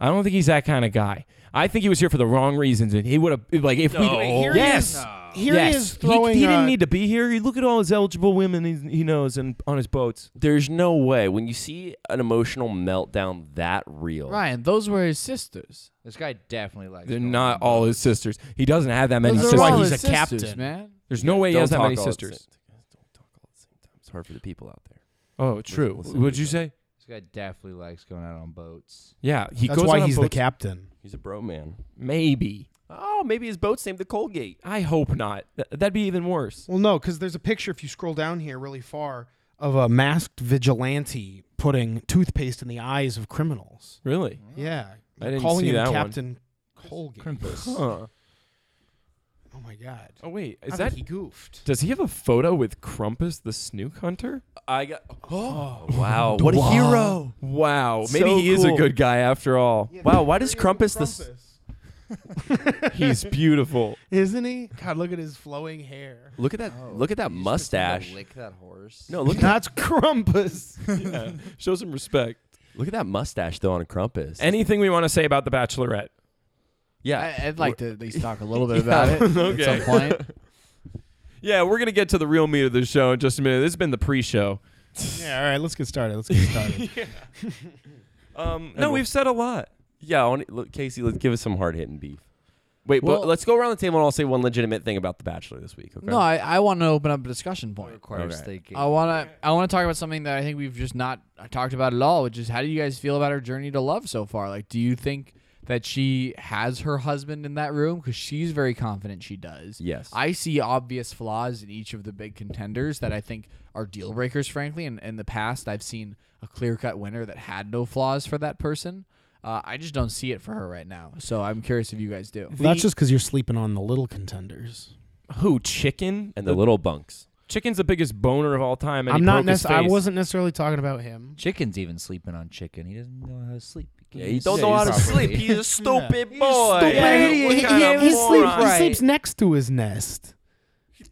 I don't think he's that kind of guy. I think he was here for the wrong reasons, and he would have like if
No.
we
Here
he
yes.
is- Here
yes.
he is throwing.
he, didn't
uh,
need to be here. You Look at all his eligible women he, he knows and on his boats.
There's no way when you see an emotional meltdown that real.
Ryan, those were his sisters.
This guy definitely likes.
They're
going
not
on
all his sisters. He doesn't have that many
Those
sisters.
are all
he's
his
a
sisters,
captain.
man.
There's no way he
Don't
has that
talk
many
all at the
sisters.
same- Don't talk all at the same time. It's hard for the people out there.
Oh, true.
listen to
What'd you
me.
say?
boats. This guy definitely likes going out on boats.
Yeah, he
That's
goes
why
on
he's the
boats-
captain.
He's a bro man.
Maybe.
Oh, maybe his boat's named the Colgate.
I hope not. Th- that'd be even worse.
Well, no, because there's a picture if you scroll down here really far of a masked vigilante putting toothpaste in the eyes of criminals.
Really?
Yeah,
I didn't
calling
see
him
that one.
Captain Colgate.
Huh.
Oh my God,
Oh wait,
I
is
think
that?
he goofed?
Does he have a photo with Krampus the Snook Hunter?
I got. Oh, wow! What a hero!
Wow,
So
maybe he is a
cool.
good guy after all.
Wow! Why does Crumpus the? s-
He's beautiful.
Isn't he? God, look at his flowing hair.
Look at that! Look at
Oh, You just pretend to
that mustache!
Lick that horse.
No, look at that!
That's Crumpus.
Show some respect.
Look at that mustache though on Crumpus.
Anything we want to say about the Bachelorette?
yeah,
I, I'd like to at least talk a little bit
Yeah,
about it
okay.
at some point.
Yeah, we're gonna get to the real meat of the show in just a minute. This has been the pre-show.
yeah, all right, let's get started. Let's get started.
Um, no, we've said a lot.
yeah. On, look, Casey, let's give us some hard hitting beef. Wait, but let's go around the table and I'll say one legitimate thing about The Bachelor this week. Okay.
No, I, I want to open up a discussion point.
requires
Okay.
thinking.
I want to I want to talk about something that I think we've just not talked about at all, which is how do you guys feel about her journey to love so far? Like do you think that she has her husband in that room cuz she's very confident she does.
Yes.
I see obvious flaws in each of the big contenders that I think are deal breakers frankly and in the past I've seen a clear-cut winner that had no flaws for that person. Uh, I just don't see it for her right now. So I'm curious if you guys do.
That's just because you're sleeping on the little contenders.
Who? Chicken?
and the little bunks.
chicken's the biggest boner of all time. and he
I'm not.
broke his
Nec- I
face.
wasn't necessarily talking about him.
Chicken's even sleeping on chicken. He doesn't know how to sleep.
Yeah,
can't
he don't
sleep
know how to
properly.
sleep. He's a stupid boy.
stupid.
Yeah,
He-
what
he-
kind of
he
moron?
sleeps- he sleeps next to his nest.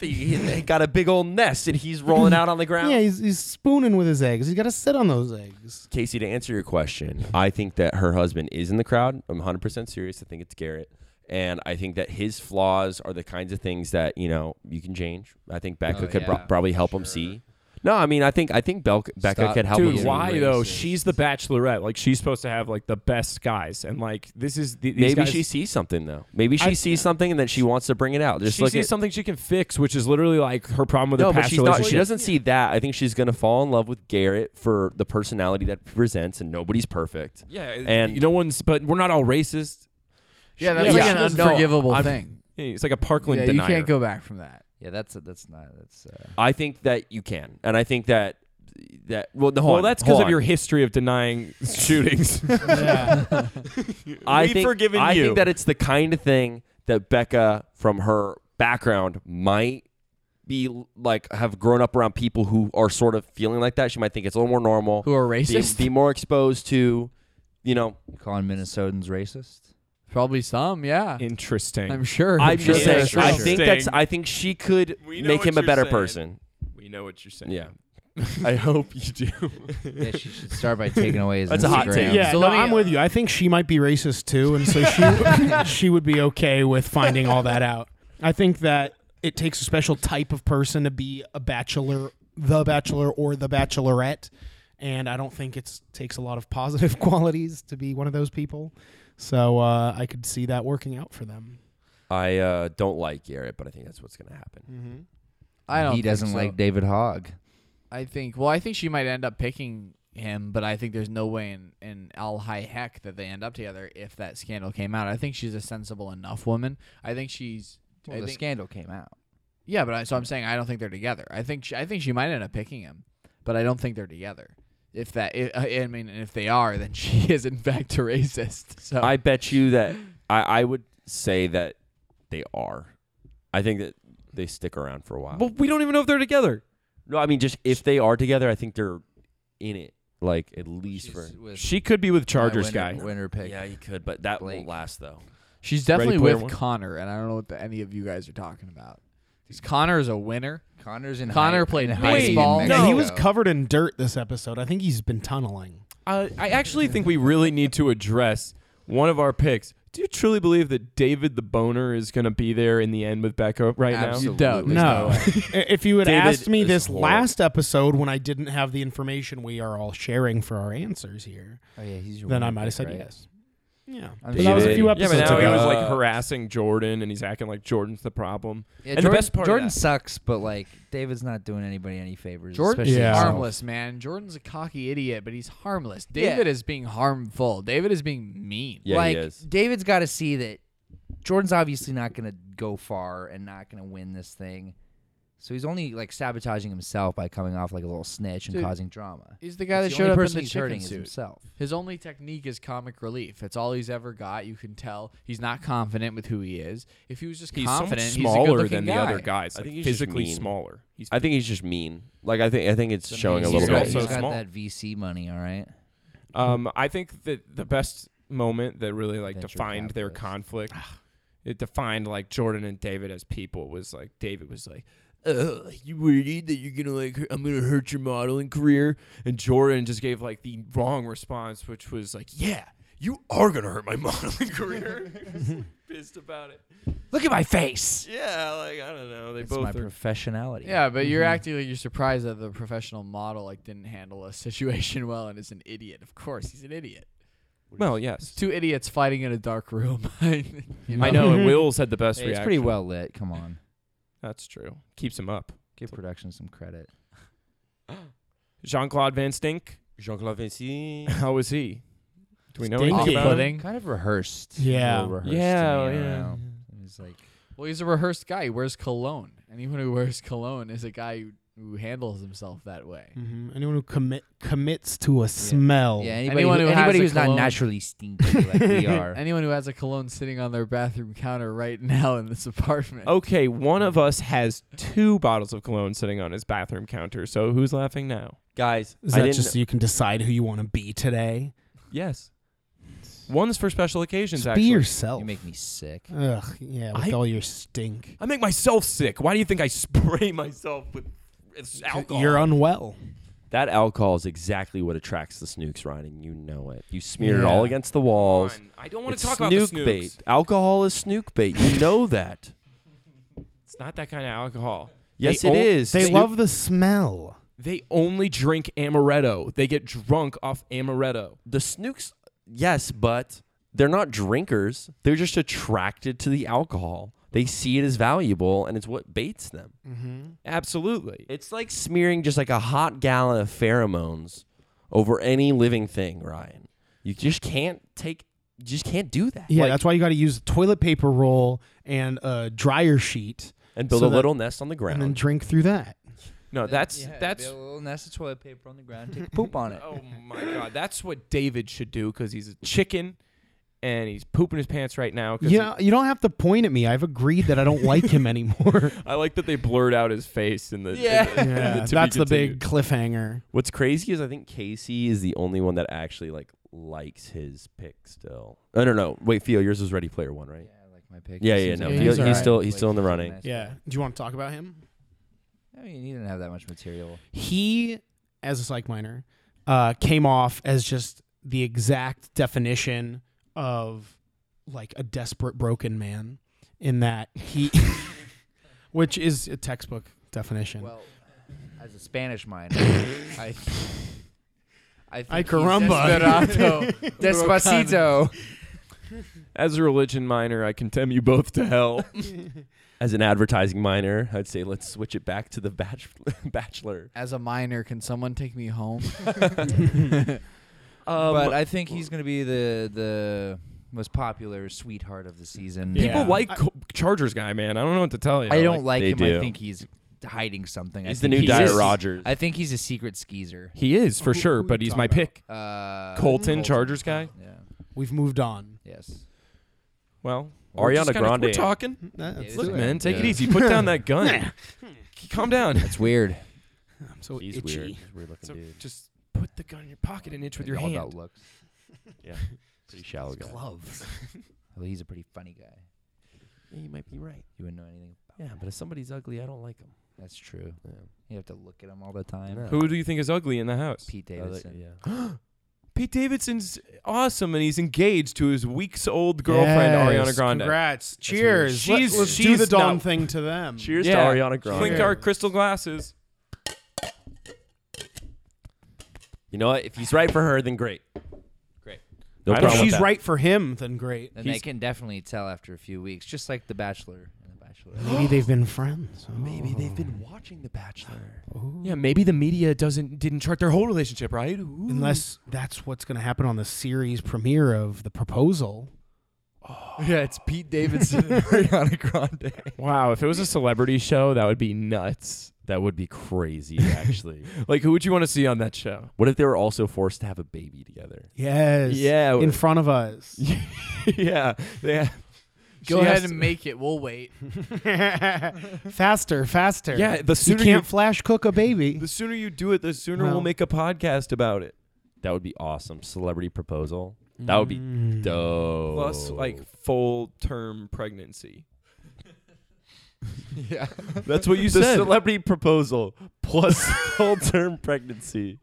He- he got a big old nest and he's rolling out on the ground.
Yeah, he's, he's spooning with his eggs. He's got to sit on those eggs.
Casey, to answer your question, I think that her husband is in the crowd. I'm 100% serious. I think it's Garrett. And I think that his flaws are the kinds of things that, you know, you can change. I think Becca
Oh,
could pro-
yeah,
probably help him
sure.
see. No, I mean, I think I think Bel- Becca
Stop
could help him
Dude,
see.
why though?
racist.
She's the Bachelorette. Like she's supposed to have like the best guys, and like this is the, these
Maybe
guys-
she sees something, though. Maybe
I-
she sees something and that she wants to bring it out. Just
she
look
sees
at,
something she can fix, which is literally like her problem with
no,
her
but
past
she's not, she
relationship.
doesn't see that. I think she's going to fall in love with Garrett for the personality that he presents, and nobody's perfect.
Yeah,
And-
and no one's. But we're not all racist.
Yeah, that's
Yeah.
like an
No,
unforgivable
I'm-
thing.
It's like a Parkland
Yeah, you
denier.
can't go back from that.
Yeah, that's that's not that's. Uh,
I think that you can, and I think that that well, no, hold
well,
on,
that's because
hold
of
on.
your history of denying shootings.
I
We've
think,
forgiven
I
you.
think that it's the kind of thing that Becca, from her background, might be like have grown up around people who are sort of feeling like that. She might think it's a little more normal,
Who are
be,
racist?
be more exposed to, you know.
you calling Minnesotans racist?
Probably some, yeah.
Interesting.
I'm sure.
I'm
sure
just saying.
that's
I
true.
think that's. I think she could
We know
make
what
him a
you're
better
saying.
person.
we know what you're saying.
Yeah. I hope you do.
Yeah, she should start by taking away his
That's a
Instagram.
hot take.
Yeah,
So
no,
let me-
I'm with you. I think she might be racist too, and so she she would be okay with finding all that out. I think that it takes a special type of person to be a bachelor, the bachelor, or the bachelorette, and I don't think it takes a lot of positive qualities to be one of those people. So uh, I could see that working out for them.
I uh, don't like Garrett, but I think that's what's going to happen.
Mm-hmm.
I don't.
he
think
doesn't
so.
like David Hogg.
I think. Well, I think she might end up picking him, but I think there's no way in in al high heck that they end up together if that scandal came out. I think she's a sensible enough woman. I think she's. I
Well, the
think-
scandal came out.
yeah, but I, so I'm saying I don't think they're together. I think she, I think she might end up picking him, but I don't think they're together. If that, I I mean, if they are, then she is in fact a racist. So
I bet you that I, I would say that they are. I think that they stick around for a while.
Well, we don't even know if they're together.
no, I mean just if they are together, I think they're in it. Like at least
She's
for
with
She could be with
my
Chargers
winner,
guy.
Winner pick.
yeah, you could, but that
Blake.
won't last though.
She's
Ready
definitely
Player
with
One?
Connor, and I don't know what the, any of you guys are talking about. 'Cause Connor is a winner.
Connor's in.
Connor
high,
played
in high
baseball.
school in
No.
he was
Mexico.
covered in dirt this episode. I think he's been tunneling.
Uh, I actually think we really need to address one of our picks. Do you truly believe that David the Boner is going to be there in the end with Becca right
Absolutely.
don't.
No. if you had
David
asked me
is
this
horrible.
last episode when I didn't have the information we are all sharing for our answers here,
Oh yeah, he's your
then I
running
might have
back,
said
right?
yes. Yeah.
I'm
But that was a
David.
few
Yeah,
now? Yeah,
episodes
but now he
ago.
was like
Uh,
harassing Jordan, and he's acting like Jordan's the problem.
Yeah,
And the
Jordan,
best part of
Jordan
that-
sucks, but like David's not doing anybody any favors.
Jordan's
especially
Yeah.
himself.
harmless, man. Jordan's a cocky idiot, but he's harmless. David is being harmful. David is being mean.
Yeah,
like
he is.
David's got to see that Jordan's obviously not going to go far and not going to win this thing. So he's only like sabotaging himself by coming off like a little snitch and
Dude,
causing drama.
He's the guy that
It's the
showed
only
up in
person
the
he's
chicken
hurting is
suit.
himself.
His only technique is comic relief. It's all he's ever got. You can tell he's not confident with who he is. If he was just
He's so much
confident, he's a
smaller
good-looking
than the
guy.
other guys.
I
Like,
think he's just
physically
mean.
smaller. He's
I think he's just mean. Like I think I think it's showing a
He's
little
got-
bit.
also
he's got
small.
that VC money, all right.
Um, I think that the best moment that really like
Venture
defined their
capitalist.
conflict, it defined like Jordan and David as people was like David was like, "Ugh, you worried that you're gonna like hu- I'm gonna hurt your modeling career," and Jordan just gave like the wrong response, which was like, "Yeah, you are gonna hurt my modeling career." He was, like, pissed about it.
Look at my face.
Yeah, like I don't know. They
It's my
both are
professionality.
Yeah, but you're
Mm-hmm.
acting like you're surprised that the professional model like didn't handle a situation well and is an idiot. Of course, he's an idiot.
well,
It's
yes.
two idiots fighting in a dark room. You
I know. and Will's had the best
Hey, it's
reaction.
pretty well lit. Come on,
That's true. Keeps him up.
give production some credit.
Jean Claude Van Stink.
Jean Claude Vinci.
How was he? Do we know
Stinky.
anything about him?
Off-putting.
Kind of rehearsed.
Yeah.
A little rehearsed
Yeah,
to me, I don't
yeah.
know. It was like
Well, he's a rehearsed guy. He wears cologne. Anyone who wears cologne is a guy who, who handles himself that way.
Mhm. Anyone who commit commits to a
Oh.
smell.
Yeah, anybody,
Anyone
who,
who has
anybody
a
who's not
cologne-
naturally stinky like we are.
Anyone who has a cologne sitting on their bathroom counter right now in this apartment.
Okay, one of us has two bottles of cologne sitting on his bathroom counter. So who's laughing now?
Guys,
Is
I
that
didn't.
just so you can decide who you want to be today?
Yes. One's for special occasions,
Just be
actually.
yourself.
you make me sick.
Ugh, yeah, with
I-
all your stink.
I make myself sick. Why do you think I spray myself with it's alcohol?
You're unwell.
That alcohol is exactly what attracts the snooks, Ryan, and you know it. You smear it
Yeah.
all against the walls.
Come on. I don't want
It's
to talk
snook
about the snooks.
bait. Alcohol is snook bait. You know that.
It's not that kind of alcohol.
Yes,
They
it
all-
is.
They
Snoop-
love the smell.
They only drink amaretto. They get drunk off amaretto.
the snooks. Yes, but they're not drinkers. They're just attracted to the alcohol. They see it as valuable, and it's what baits them.
Absolutely.
Mm-hmm. It's like smearing just like a hot gallon of pheromones over any living thing, Ryan. You just can't take. You just can't do that.
Yeah,
Like,
that's why you got to use a toilet paper roll and a dryer sheet
and build
so
a
that-
little nest on the ground.
and then drink through that.
No, that's
Yeah,
that's
be a little nest of toilet paper on the ground, take a poop on it.
Oh my god, that's what David should do because he's a chicken, and he's pooping his pants right now. 'cause
You, know, you don't have to point at me. I've agreed that I don't like him anymore.
he- I like that they blurred out his face in the.
Yeah.
in the- in the to be
that's the
continued.
big cliffhanger.
What's crazy is I think Casey is the only one that actually like likes his pick still. I don't know. Wait, Theo, yours was Ready Player One, right?
Yeah, I like my pick.
Yeah,
He
yeah,
seems
no,
like
he-
nice
he's
guy.
still- he's still in the
a
running.
nice
Yeah.
guy.
Do you want to talk about him?
I mean, he didn't have that much material.
he as a psych minor uh, came off as just the exact definition of like a desperate broken man in that he which is a textbook definition
Well, as a Spanish minor, I. I, think
Ay,
he's
uh,
caramba.
Desperado- Despacito.
As a religion minor, I condemn you both to hell.
As an advertising minor, I'd say let's switch it back to the bach- bachelor.
As a minor, can someone take me home?
but Um, I think he's going to be the the most popular sweetheart of the season.
Yeah.
People like Co- Chargers guy, man. I don't know what to tell you.
I don't like
They
him.
do.
I think he's hiding something. I
He's the
think
new Diet
a-
Rogers.
I think he's a secret skeezer.
He is for
Who-
sure,
who you
but he's my
talking
pick.
Uh,
Colton, Chargers guy?
Yeah.
we've moved on
Yes.
Well, we're just
Ariana
kinda-
Grande.
We're talking.
That's-
Look,
Yeah.
man, take it
Yeah.
easy. Put down that gun. Calm down.
It's weird.
I'm so
He's
itchy
weird. He's a weird looking
So
dude.
just put the gun in your pocket and itch with your
all
hand.
about looks.
Yeah, pretty shallow guy.
gloves
Well, he's a pretty funny guy.
Yeah, you might be right.
You wouldn't know anything about.
Yeah, but if somebody's ugly, I don't like him.
That's true.
Yeah.
You have to look at him all the time.
No.
Who do you think is ugly in the house?
Pete
I like-
Davidson.
yeah.
Pete Davidson's awesome, and he's engaged to his weeks old girlfriend Ariana Grande.
Congrats. Cheers.
She's-
Let, let's do
she's
the Dawn
not-
thing to them.
Cheers
Yeah.
to Ariana Grande.
Clink our crystal glasses.
You know what? If he's right for her, then great.
Great.
No
I don't
problem.
If
with
she's
that.
right for him, then great.
And they can definitely tell after a few weeks, just like The Bachelor and The Bachelorette.
Maybe they've been friends. Oh. Maybe
They've been watching The Bachelor.
Yeah, maybe the media doesn't didn't chart their whole relationship, right? Ooh.
Unless that's what's going to happen on the series premiere of The Proposal.
Yeah, it's Pete Davidson and Ariana Grande.
Wow, if it was a celebrity show, that would be nuts.
That would be crazy, actually.
Like, who would you want to see on that show?
what if they were also forced to have a baby together?
Yes.
Yeah.
In front of us.
yeah, yeah.
Go
She has
ahead
to-
and make it. We'll wait.
faster, faster.
Yeah, the
You
sooner you,
can't flash cook a baby.
the sooner you do it, the sooner we'll
Well-
make a podcast about it.
That would be awesome. Celebrity proposal. That would be
Mm.
dope.
Plus, like full term pregnancy.
Yeah.
That's what you
the
said.
celebrity proposal plus full term pregnancy.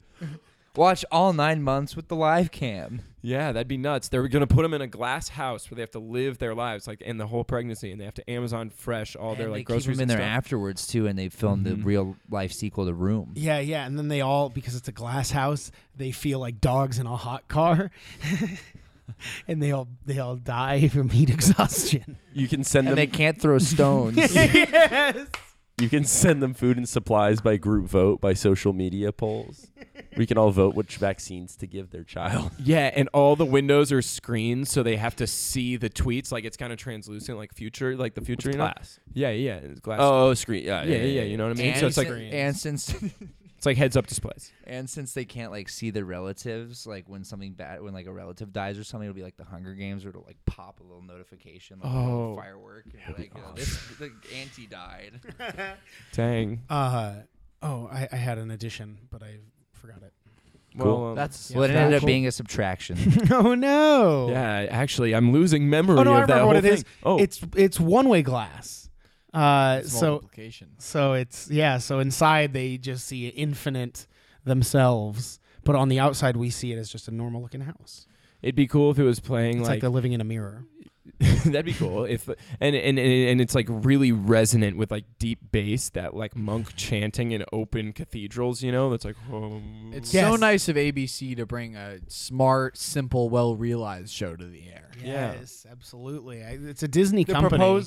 Watch all nine months with the live cam.
yeah, that'd be nuts. They're gonna put them in a glass house where they have to live their lives, like in the whole pregnancy, and they have to Amazon fresh all
And
their
they
Oh, like
keep
groceries
them in
and
there
stuff.
afterwards too, and they filmed
Mm-hmm.
the real life sequel to Room.
Yeah, yeah. And then they all, because it's a glass house, they feel like dogs in a hot car. and they all they all die from heat exhaustion.
You can send
And
them
they can't throw stones.
yes.
you can send them food and supplies by group vote by social media polls. we can all vote which vaccines to give their child.
Yeah, and all the windows are screens, so they have to see the tweets. Like it's kind of translucent, like future, like the future. you know?
glass.
Yeah, yeah, it's glass.
Oh, screen. Yeah,
yeah, yeah, yeah, You know what I mean?
and,
so it's like
sin- and since
it's like heads up displays.
and since they can't like see their relatives, like when something bad, when like a relative dies or something, it'll be like the Hunger Games, where it'll like pop a little notification, like a little
Oh.
firework, and be like uh, this the auntie died.
Dang.
Uh oh, I, I had an addition, but I forgot it.
Cool.
Well, um,
That's
well, it ended up
cool.
being a subtraction.
oh no.
yeah. Actually, I'm losing memory
Oh no, I
of that
remember
whole
what it
thing.
is.
Oh,
It's it's one way glass. Uh
It's
so
multiplication.
so it's yeah, so inside they just see infinite themselves, but on the outside we see it as just a normal looking house.
it'd be cool if it was playing
It's like,
like,
they're living in a mirror.
that'd be cool if and, and and and it's like really resonant with like deep bass that like monk chanting in open cathedrals. You know, that's like um,
It's so
Yes.
nice of ABC to bring a smart, simple, well realized show to the air.
Yeah.
Yes, absolutely. I, it's a Disney company.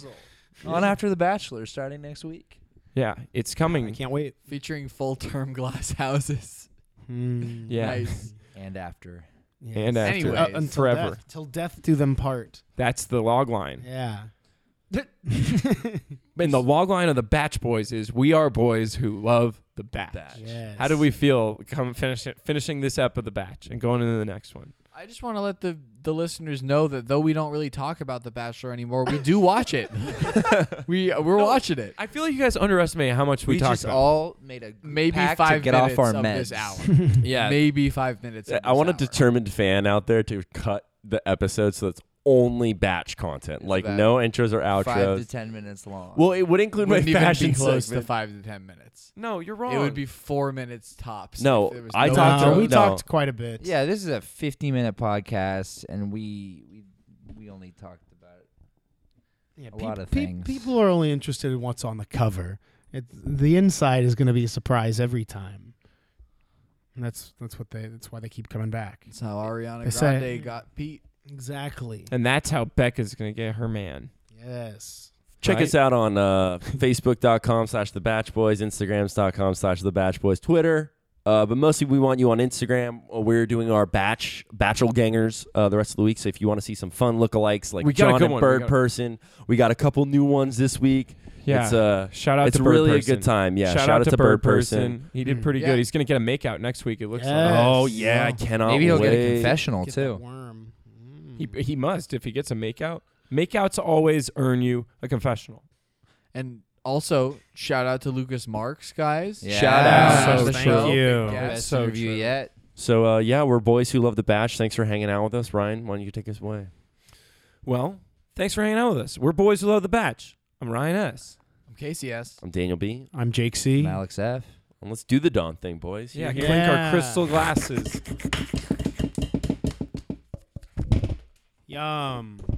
On after The Bachelor, starting next week.
yeah, it's
I
coming.
can't wait.
Featuring full term glass houses.
Yeah.
Nice.
and after.
Mm. Yes.
And after
Anyway.
Uh, until
forever.
death, till death do them part.
That's the log line.
Yeah.
And the log line of the Batch Boys is we are boys who love the batch.
Yes.
How do we feel come finish, finishing this up of the batch and going into the next one?
I just want to let the, the listeners know that though we don't really talk about The Bachelor anymore, we do watch it. we we're watching it.
I feel like you guys underestimate how much we,
We,
talk
just
about.
all made a
Maybe
pact
five
to get
minutes
off our
of
meds.
this hour.
yeah.
Maybe five minutes. Of
I want a
this hour.
determined fan out there to cut the episode so that's only batch content, like
about
no intros or outros.
Five to ten minutes long.
well, it would include my
Wouldn't even
fashion
be close
segment.
to five to ten minutes.
no, you're wrong.
It would be four minutes tops.
No,
if there was
I
no
talked
No,
to-
intro.
we
no.
talked quite a bit.
yeah, this is a 50 minute podcast, and we we we only talked about
Yeah,
A lot of things.
people are only interested in what's on the cover. It, the inside is going to be a surprise every time. And that's that's what they that's why they keep coming back.
That's how Ariana
They say-
Grande got Pete.
Exactly.
and that's how Becca's gonna get her man.
Yes.
Check
Right.
us out on uh, Facebook.com slash The Batch Boys, Instagrams.com slash The Batch Boys, Twitter. Uh, but mostly we want you on Instagram. Uh, We're doing our batch, Bachelor Gangers uh, the rest of the week. So if you want to see some fun lookalikes like
We got a
John
good
and
one. We
Bird
got-
Person, we got a couple new ones this week.
Yeah.
It's, uh,
shout out
it's
to Bird
really
Person.
a good time. Yeah.
shout, out, to Bird Person. He did
Mm.
pretty
Yeah.
good. He's gonna get a makeout next week. It looks
Yeah.
like.
Oh,
Yes.
yeah. I
Well,
cannot
Maybe he'll
wait.
get a confessional
Get that
too.
worm. Mm.
He, he must if he gets a makeout. Makeouts always earn you a confessional.
And also, shout out to Lucas Marks, guys.
Yeah.
Shout out.
So
So
the
thank
show.
you.
Big
Best
guest.
so
interview
true.
yet.
So, uh, yeah, we're boys who love The Batch. Thanks for hanging out with us. Ryan, why don't you take us away?
Well, thanks for hanging out with us. We're boys who love the batch. I'm Ryan S.
I'm KCS.
I'm Daniel B.
I'm Jake C.
I'm Alex F.
And let's do the Dawn thing, boys.
Yeah,
Yeah.
clink our crystal glasses.
Um,